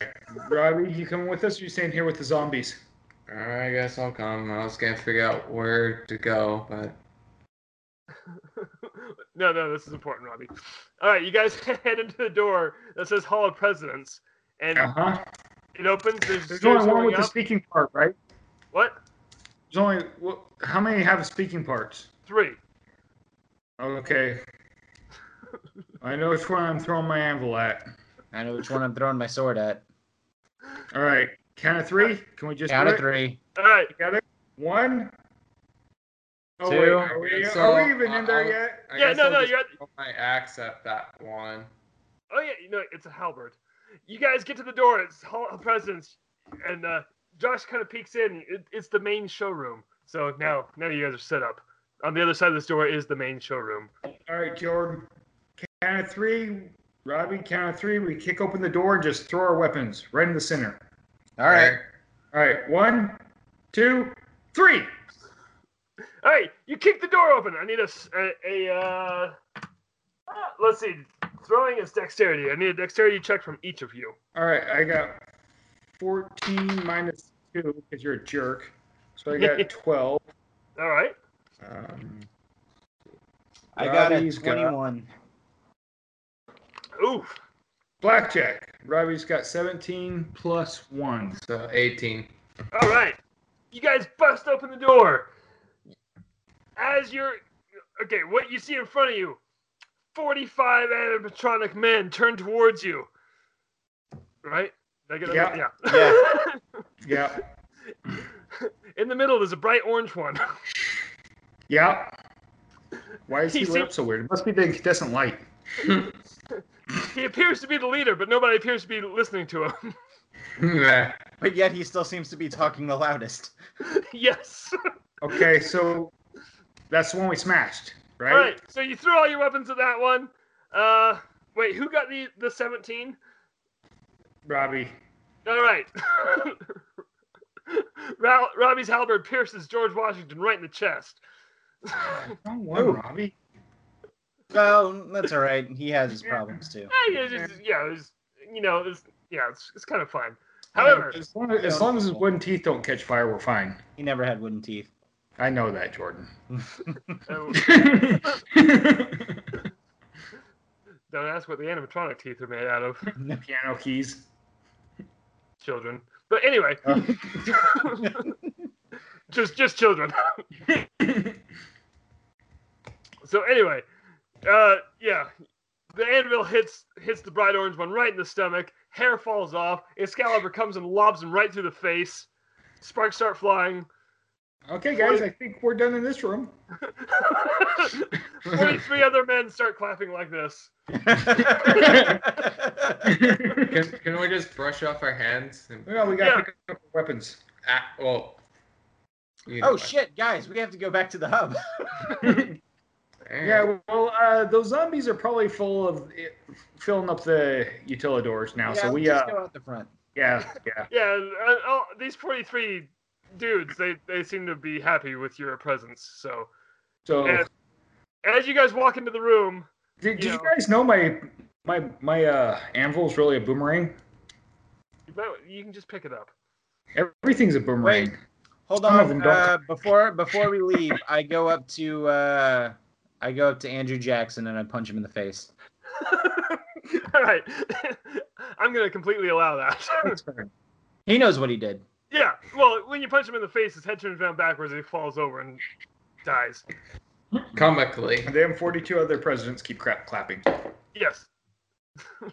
Speaker 1: Robbie, you coming with us? Or you staying here with the zombies?
Speaker 4: I guess I'll come. I was gonna figure out where to go, but
Speaker 2: *laughs* no, no, this is important, Robbie. All right, you guys *laughs* head into the door that says Hall of Presidents, and
Speaker 1: Uh huh.
Speaker 2: it opens. There's,
Speaker 1: There's
Speaker 2: stairs
Speaker 1: only one
Speaker 2: going
Speaker 1: with the
Speaker 2: up.
Speaker 1: speaking part, right?
Speaker 2: What?
Speaker 1: There's only wha- how many have speaking parts?
Speaker 2: Three.
Speaker 1: *laughs* Okay. I know which one I'm throwing my anvil at.
Speaker 3: I know which one I'm throwing my sword at.
Speaker 1: All right, count of three. Can we just
Speaker 3: Count
Speaker 1: do
Speaker 3: of
Speaker 1: it?
Speaker 3: three.
Speaker 2: All right,
Speaker 1: together? One. Oh,
Speaker 3: Two.
Speaker 1: wait, are we,
Speaker 4: So,
Speaker 1: are we even in
Speaker 4: uh,
Speaker 1: there yet?
Speaker 4: I
Speaker 2: Yeah,
Speaker 4: guess
Speaker 2: no,
Speaker 4: I'll
Speaker 2: no,
Speaker 4: just
Speaker 2: you're at-
Speaker 4: throw my axe at that one.
Speaker 2: Oh yeah, you know it's a halberd. You guys get to the door. It's Hall of Presidents, and uh, Josh kind of peeks in. It, it's the main showroom. So now, now you guys are set up. On the other side of this door is the main showroom.
Speaker 1: All right, Jordan. Count of three. Robbie, count of three. We kick open the door and just throw our weapons right in the center.
Speaker 3: All right.
Speaker 1: All right, one, two, three.
Speaker 2: All right, you kick the door open. I need a s- a, a, uh, uh, let's see, throwing is dexterity. I need a dexterity check from each of you.
Speaker 1: All right, I got 14 minus 2 because you're a jerk. So I *laughs* got 12.
Speaker 2: All right.
Speaker 4: Um,
Speaker 3: I got a
Speaker 1: Robbie's got-
Speaker 3: 21.
Speaker 2: Oof.
Speaker 1: Blackjack. Robbie's got 17 plus 1.
Speaker 4: so *laughs* 18.
Speaker 2: All right. You guys bust open the door. As you're. Okay, what you see in front of you 45 animatronic men turn towards you. Right? Did I get that right?
Speaker 1: Yeah.
Speaker 2: yeah. *laughs* In the middle, there's a bright orange one. *laughs*
Speaker 1: Yeah. Why is he
Speaker 2: He's
Speaker 1: lit
Speaker 2: in-
Speaker 1: up so weird? It must be the incandescent light.
Speaker 2: he appears to be the leader, but nobody appears to be listening to him. *laughs*
Speaker 4: Nah.
Speaker 3: But yet he still seems to be talking the loudest.
Speaker 2: yes.
Speaker 1: Okay, so that's the one we smashed, right?
Speaker 2: All right. So you threw all your weapons at that one. Uh, wait, who got the the 17?
Speaker 1: Robbie.
Speaker 2: All right. *laughs* Ra- Robbie's halberd pierces George Washington right in the chest.
Speaker 1: Don't worry,
Speaker 3: Ooh.
Speaker 1: Robbie.
Speaker 3: Well, that's all right. He has his problems too.
Speaker 2: Eh, yeah, it's just- yeah, it's- you know, it's, yeah, it's, it's kind of fun.
Speaker 1: *laughs*
Speaker 2: However,
Speaker 1: as long as, as long as his wooden teeth don't catch fire, we're fine.
Speaker 3: He never had
Speaker 1: *laughs*
Speaker 3: wooden teeth. *laughs*
Speaker 1: I know that, *laughs* Jordan.
Speaker 2: uh,
Speaker 1: Piano
Speaker 2: don't ask what the animatronic teeth are made out of,
Speaker 1: keys.
Speaker 2: children. But anyway,
Speaker 1: Uh-huh.
Speaker 2: *laughs* just just children. so anyway, uh, yeah, the anvil hits hits the bright orange one right in the stomach. Hair falls off. Excalibur comes and lobs him right through the face. Sparks start flying. *laughs*
Speaker 1: Okay, guys, I think we're done in this room.
Speaker 2: Forty-three other men start clapping like this.
Speaker 1: well,
Speaker 4: Can, can we just brush off our hands? And,
Speaker 1: we got to
Speaker 2: Yeah.
Speaker 1: pick up our weapons.
Speaker 4: ah, well. you know
Speaker 3: oh
Speaker 4: what.
Speaker 3: shit, guys, we have to go back to the hub.
Speaker 4: Alright.
Speaker 1: Yeah, well, uh, those zombies are probably full of filling up the utilidors now.
Speaker 3: Yeah,
Speaker 1: so we, uh,
Speaker 3: just go out the front.
Speaker 1: yeah, yeah.
Speaker 2: Yeah, and, uh, all, these forty-three dudes, they they seem to be happy with your presence. So
Speaker 1: So
Speaker 2: Yeah. as you guys walk into the room,
Speaker 1: did, did
Speaker 2: you
Speaker 1: you
Speaker 2: know.
Speaker 1: guys know my my my uh, anvil's really a boomerang?
Speaker 2: you, might, you can just pick it up.
Speaker 1: Everything's a boomerang. *laughs*
Speaker 3: Hold
Speaker 1: Some of them
Speaker 3: on.
Speaker 1: don't.
Speaker 3: Uh, before before we leave, I go up to uh, I go up to Andrew Jackson and I punch him in the face.
Speaker 2: *laughs* All right, I'm gonna completely allow that. *laughs*
Speaker 1: That's fair.
Speaker 3: He knows what he did.
Speaker 2: Yeah, well, when you punch him in the face, his head turns around backwards and he falls over and dies.
Speaker 4: Comically.
Speaker 1: And then 42 other presidents keep crap clapping.
Speaker 2: Yes. *laughs*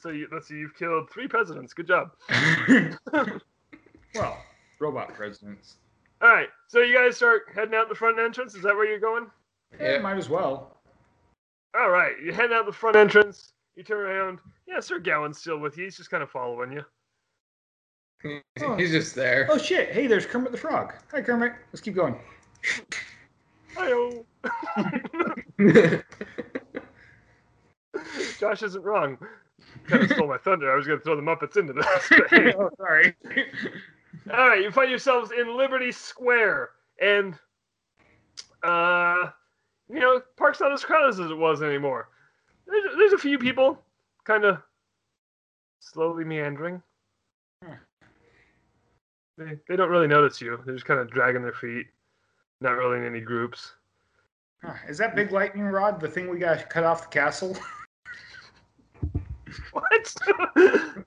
Speaker 2: so you, let's see, you've killed three presidents. Good job.
Speaker 1: well, robot presidents.
Speaker 2: All right, so you guys start heading out the front entrance. Is that where you're going?
Speaker 1: Yeah,
Speaker 4: Yeah.
Speaker 1: might as well.
Speaker 2: All right, you head out the front entrance. You turn around. Yeah, Sir Gowan's still with you. He's just kind of following you.
Speaker 4: *laughs* He's just there.
Speaker 1: Oh shit! Hey, there's Kermit the Frog. Hi, Kermit. Let's keep going.
Speaker 2: Hi-oh. *laughs* Josh isn't wrong. Kind of stole my thunder. I was going to throw the Muppets into this. *laughs* But hey.
Speaker 1: oh, sorry.
Speaker 2: All right, you find yourselves in Liberty Square, and uh, you know, park's not as crowded as it was anymore. There's, there's a few people, kind of slowly meandering.
Speaker 1: Hmm.
Speaker 2: They they don't really notice you. They're just kind of dragging their feet, not really in any
Speaker 1: *laughs*
Speaker 2: groups.
Speaker 1: Huh, Ah, Is that big lightning rod the thing we got to cut off the castle?
Speaker 2: What? *laughs*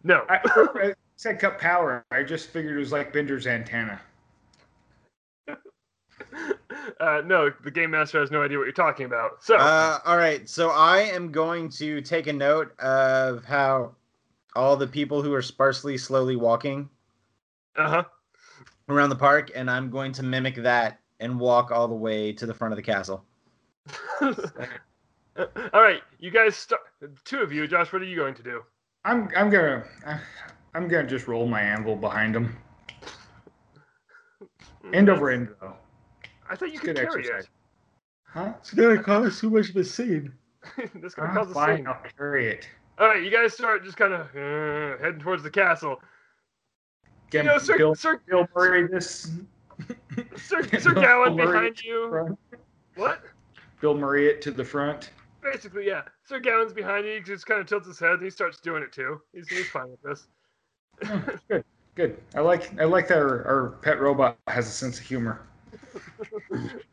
Speaker 2: no.
Speaker 1: I, I said cut power. I just figured it was like Bender's antenna.
Speaker 2: Uh, no, the game master has no idea what you're talking about. So,
Speaker 3: Uh, all right, so I am going to take a note of how all the people who are sparsely slowly walking
Speaker 2: uh-huh.
Speaker 3: around the park, and I'm going to mimic that and walk all the way to the front of the castle.
Speaker 2: *laughs* All right, you guys start. Two of you, Josh. What are you going to do?
Speaker 1: I'm I'm gonna I- I'm gonna just roll my anvil behind him. End over end though.
Speaker 2: I thought you
Speaker 1: It's
Speaker 2: could
Speaker 1: good
Speaker 2: carry
Speaker 1: exercise. Huh?
Speaker 3: It's gonna cause too much of a scene.
Speaker 2: it. *laughs* That's gonna
Speaker 1: Ah,
Speaker 2: cause a
Speaker 1: fine,
Speaker 2: scene.
Speaker 1: I'll carry it.
Speaker 2: All right, you guys start just kind of uh, heading towards the castle.
Speaker 1: Get
Speaker 2: You know, Sir
Speaker 1: Bill,
Speaker 2: Sir
Speaker 1: Bill Murray this
Speaker 2: Sir, Sir
Speaker 1: Bill
Speaker 2: Gowan
Speaker 1: Murray
Speaker 2: behind
Speaker 1: to the
Speaker 2: you.
Speaker 1: front.
Speaker 2: What?
Speaker 1: Bill Murray it to the front.
Speaker 2: Basically, yeah. Sir Gowan's behind you. He just kind of tilts his head and he starts doing it too. He's, he's fine with this. *laughs*
Speaker 1: Good. I like I like that our, our pet robot has a sense of humor.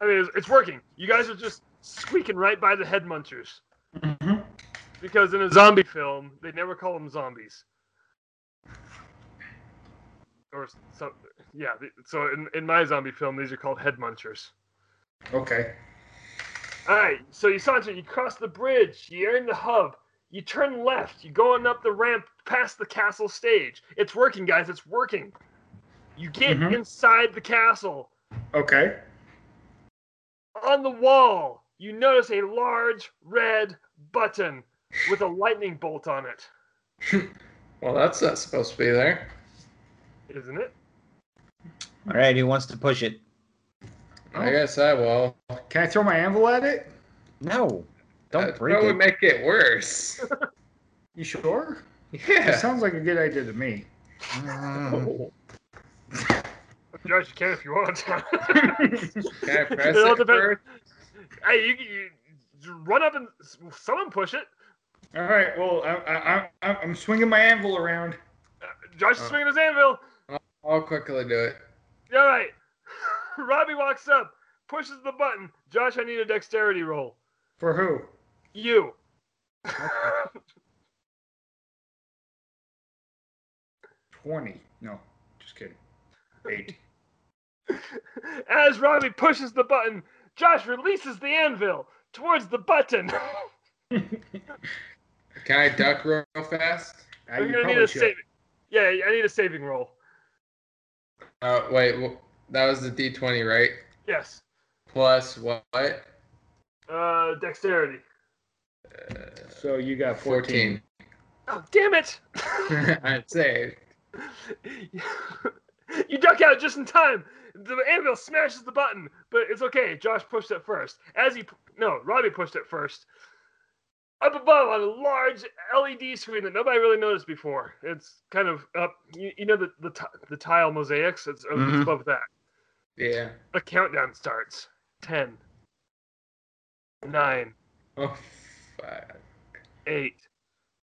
Speaker 2: I mean, it's, it's working. You guys are just squeaking right by the head munchers Mm-hmm.
Speaker 1: Mhm.
Speaker 2: because in a zombie film they never call them zombies. Or so, yeah. th- So in, in my zombie film, these are called head munchers.
Speaker 1: Okay.
Speaker 2: All right. So you Sansa, you cross the bridge. You're in the hub. You turn left. You're going up the ramp past the castle stage. It's working, guys. It's working. You get
Speaker 1: Mhm.
Speaker 2: inside the castle.
Speaker 1: Okay.
Speaker 2: On the wall, you notice a large red button with a lightning bolt on it,
Speaker 4: *laughs* Well, that's not supposed to be there.
Speaker 2: isn't it?
Speaker 3: All right, who wants to push it? Oh.
Speaker 4: I guess I will.
Speaker 1: Can I throw my anvil at it?
Speaker 3: No,
Speaker 4: Uh, That
Speaker 3: don't break
Speaker 4: would
Speaker 3: it.
Speaker 4: make
Speaker 3: *laughs*
Speaker 4: it worse.
Speaker 1: You sure? It
Speaker 4: Yeah.
Speaker 1: sounds like a good idea to me.
Speaker 3: Mm.
Speaker 4: Oh,
Speaker 2: Josh, you can if
Speaker 1: *laughs*
Speaker 2: you want.
Speaker 4: Can I press
Speaker 2: It all
Speaker 4: it
Speaker 2: depends-
Speaker 4: first?
Speaker 2: hey, you, you, you run up and someone push it.
Speaker 1: All right. Well, I, I, I, I'm swinging my anvil around.
Speaker 2: Josh is
Speaker 4: Oh.
Speaker 2: swinging his anvil.
Speaker 4: I'll quickly do it.
Speaker 2: All right. *laughs* Robbie walks up, pushes the button. Josh, I need a dexterity roll.
Speaker 1: For who?
Speaker 2: You.
Speaker 1: Twenty. No, just kidding. Eight.
Speaker 2: *laughs* As Robbie pushes the button, Josh releases the anvil towards the button.
Speaker 1: Uh,
Speaker 2: *laughs*
Speaker 4: Can I duck real real fast?
Speaker 1: Uh,
Speaker 2: I'm
Speaker 1: you
Speaker 2: gonna need
Speaker 1: probably
Speaker 2: a
Speaker 1: should.
Speaker 2: saving. Yeah, I need a saving roll.
Speaker 4: Oh, wait. wh- That was the D20, right?
Speaker 2: Yes.
Speaker 4: Plus what? Uh,
Speaker 2: Uh, dexterity.
Speaker 1: So you got
Speaker 4: 14.
Speaker 1: fourteen.
Speaker 2: Oh, damn it!
Speaker 4: *laughs* I'm saved.
Speaker 2: you duck out just in time. The anvil smashes the button, but it's okay. Josh pushed it first. As he pu- no, Robbie pushed it first. Up above on a large LED screen that nobody really noticed before. It's kind of up. You, you know the the, ti- the tile mosaics. It's, it's
Speaker 3: Mhm.
Speaker 2: above that.
Speaker 4: Yeah.
Speaker 2: The countdown starts. Ten. Nine.
Speaker 4: Oh, fuck.
Speaker 2: Eight.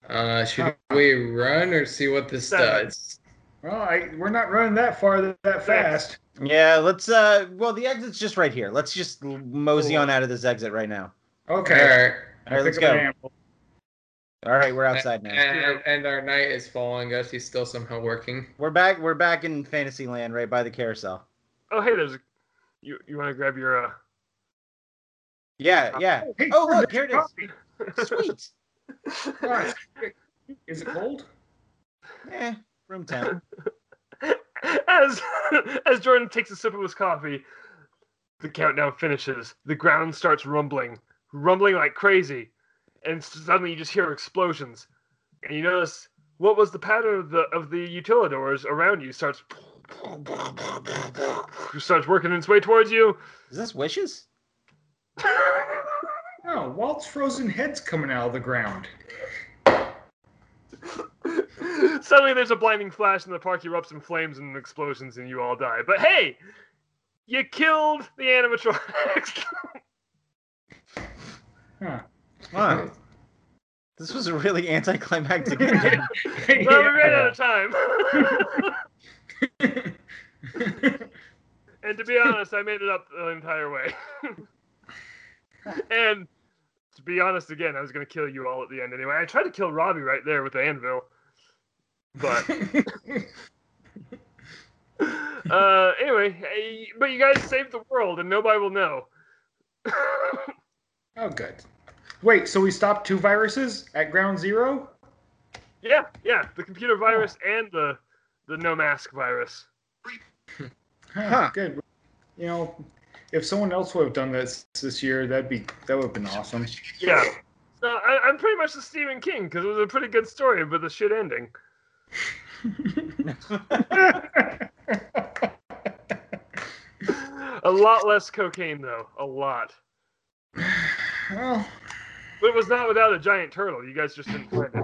Speaker 4: Uh, should we run or see what this
Speaker 2: Seven.
Speaker 4: does?
Speaker 1: Well, I, we're not running that far th- that fast.
Speaker 3: Yeah, let's. uh Well, the exit's just right here. Let's just mosey on out of this exit right now.
Speaker 1: Okay.
Speaker 4: All right.
Speaker 1: I
Speaker 3: All right, let's
Speaker 1: pick up
Speaker 3: go.
Speaker 1: an anvil.
Speaker 3: All right, we're outside now.
Speaker 4: And, and our knight is following us. He's still somehow working.
Speaker 3: We're back. We're back in Fantasyland, right by the carousel.
Speaker 2: Oh hey, there's. A, you you want to grab your uh.
Speaker 3: Yeah, yeah.
Speaker 1: *laughs* Hey,
Speaker 3: Oh,
Speaker 1: there's
Speaker 3: look, here it is.
Speaker 1: coffee.
Speaker 3: Sweet.
Speaker 1: Guys, Is it cold?
Speaker 3: Eh, room temp.
Speaker 2: as *laughs* as Jordan takes a sip of his coffee, the countdown finishes. The ground starts rumbling, rumbling like crazy, and suddenly you just hear explosions. And you notice what was the pattern of the of the utilidors around you starts starts working its way towards you. *laughs*
Speaker 3: Is this wishes?
Speaker 1: Oh, Walt's frozen head's coming out of the
Speaker 2: *laughs*
Speaker 1: ground. *laughs*
Speaker 2: Suddenly, there's a blinding flash, and the park erupts in flames and explosions, and you all die. But hey, you killed the animatronics. *laughs*
Speaker 1: Huh.
Speaker 3: Wow. *laughs* This was a
Speaker 1: *laughs*
Speaker 3: really anticlimactic ending.
Speaker 2: well, we ran out of time.
Speaker 1: *laughs*
Speaker 2: *laughs* and to be honest, I made it up the entire way. *laughs* and to be honest again, I was going to kill you all at the end anyway. I tried to kill Robbie right there with the anvil. But
Speaker 1: *laughs*
Speaker 2: uh, anyway, eh, but you guys saved the world, and nobody will know. *laughs*
Speaker 1: oh, good. Wait, so we stopped two viruses at ground zero?
Speaker 2: yeah, yeah, the computer virus and the the no mask virus.
Speaker 1: Huh,
Speaker 3: Huh.
Speaker 1: Good. You know, if someone else would have done this this year, that'd be that would have been awesome.
Speaker 2: Yeah. So I, I'm pretty much the Stephen King because it was a pretty good story with a shit ending. A lot less cocaine though, a lot.
Speaker 1: *laughs* well,
Speaker 2: But it was not without a giant turtle. You guys just didn't find it.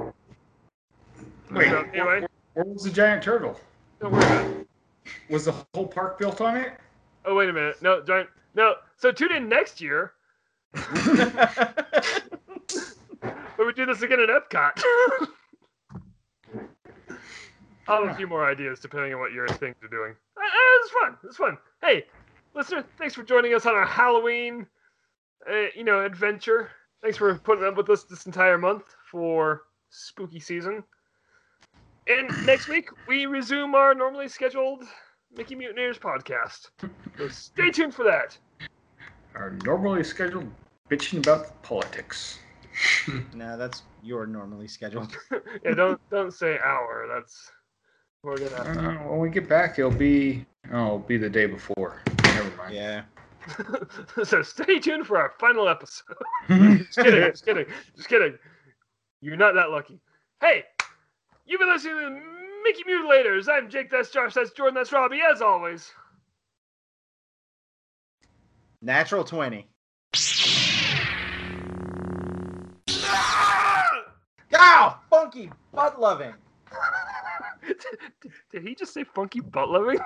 Speaker 1: wait.
Speaker 2: So anyway,
Speaker 1: Where was the giant turtle?
Speaker 2: don't worry about it.
Speaker 1: Was the whole park built on it?
Speaker 2: Oh wait a minute, no giant. No, so tune in next year when we do this again at Epcot. *laughs* I'll have a few more ideas depending on what your things are doing. Uh, uh, it's fun. It's fun. Hey, listener, thanks for joining us on our Halloween, uh, you know, adventure. Thanks for putting up with us this entire month for spooky season. And next week we resume our normally scheduled Mickey Mutineers podcast. So stay tuned for that. *laughs*
Speaker 1: Are normally scheduled bitching about politics.
Speaker 3: No, that's your normally scheduled.
Speaker 2: yeah, don't don't say hour. That's we're
Speaker 1: I
Speaker 2: gonna.
Speaker 1: don't know. Uh, When we get back, it'll be oh, it'll be the day before. Never mind.
Speaker 3: Yeah.
Speaker 2: *laughs* so stay tuned for our final episode. just kidding,
Speaker 1: Yeah. *laughs*
Speaker 2: just kidding, just kidding. You're not that lucky. Hey, you've been listening to Mickey Mutilators. I'm Jake. That's Josh. That's Jordan. That's Robbie. As always. *laughs*
Speaker 3: Natural 20. Ow! Funky butt loving.
Speaker 2: did, did he just say funky butt loving?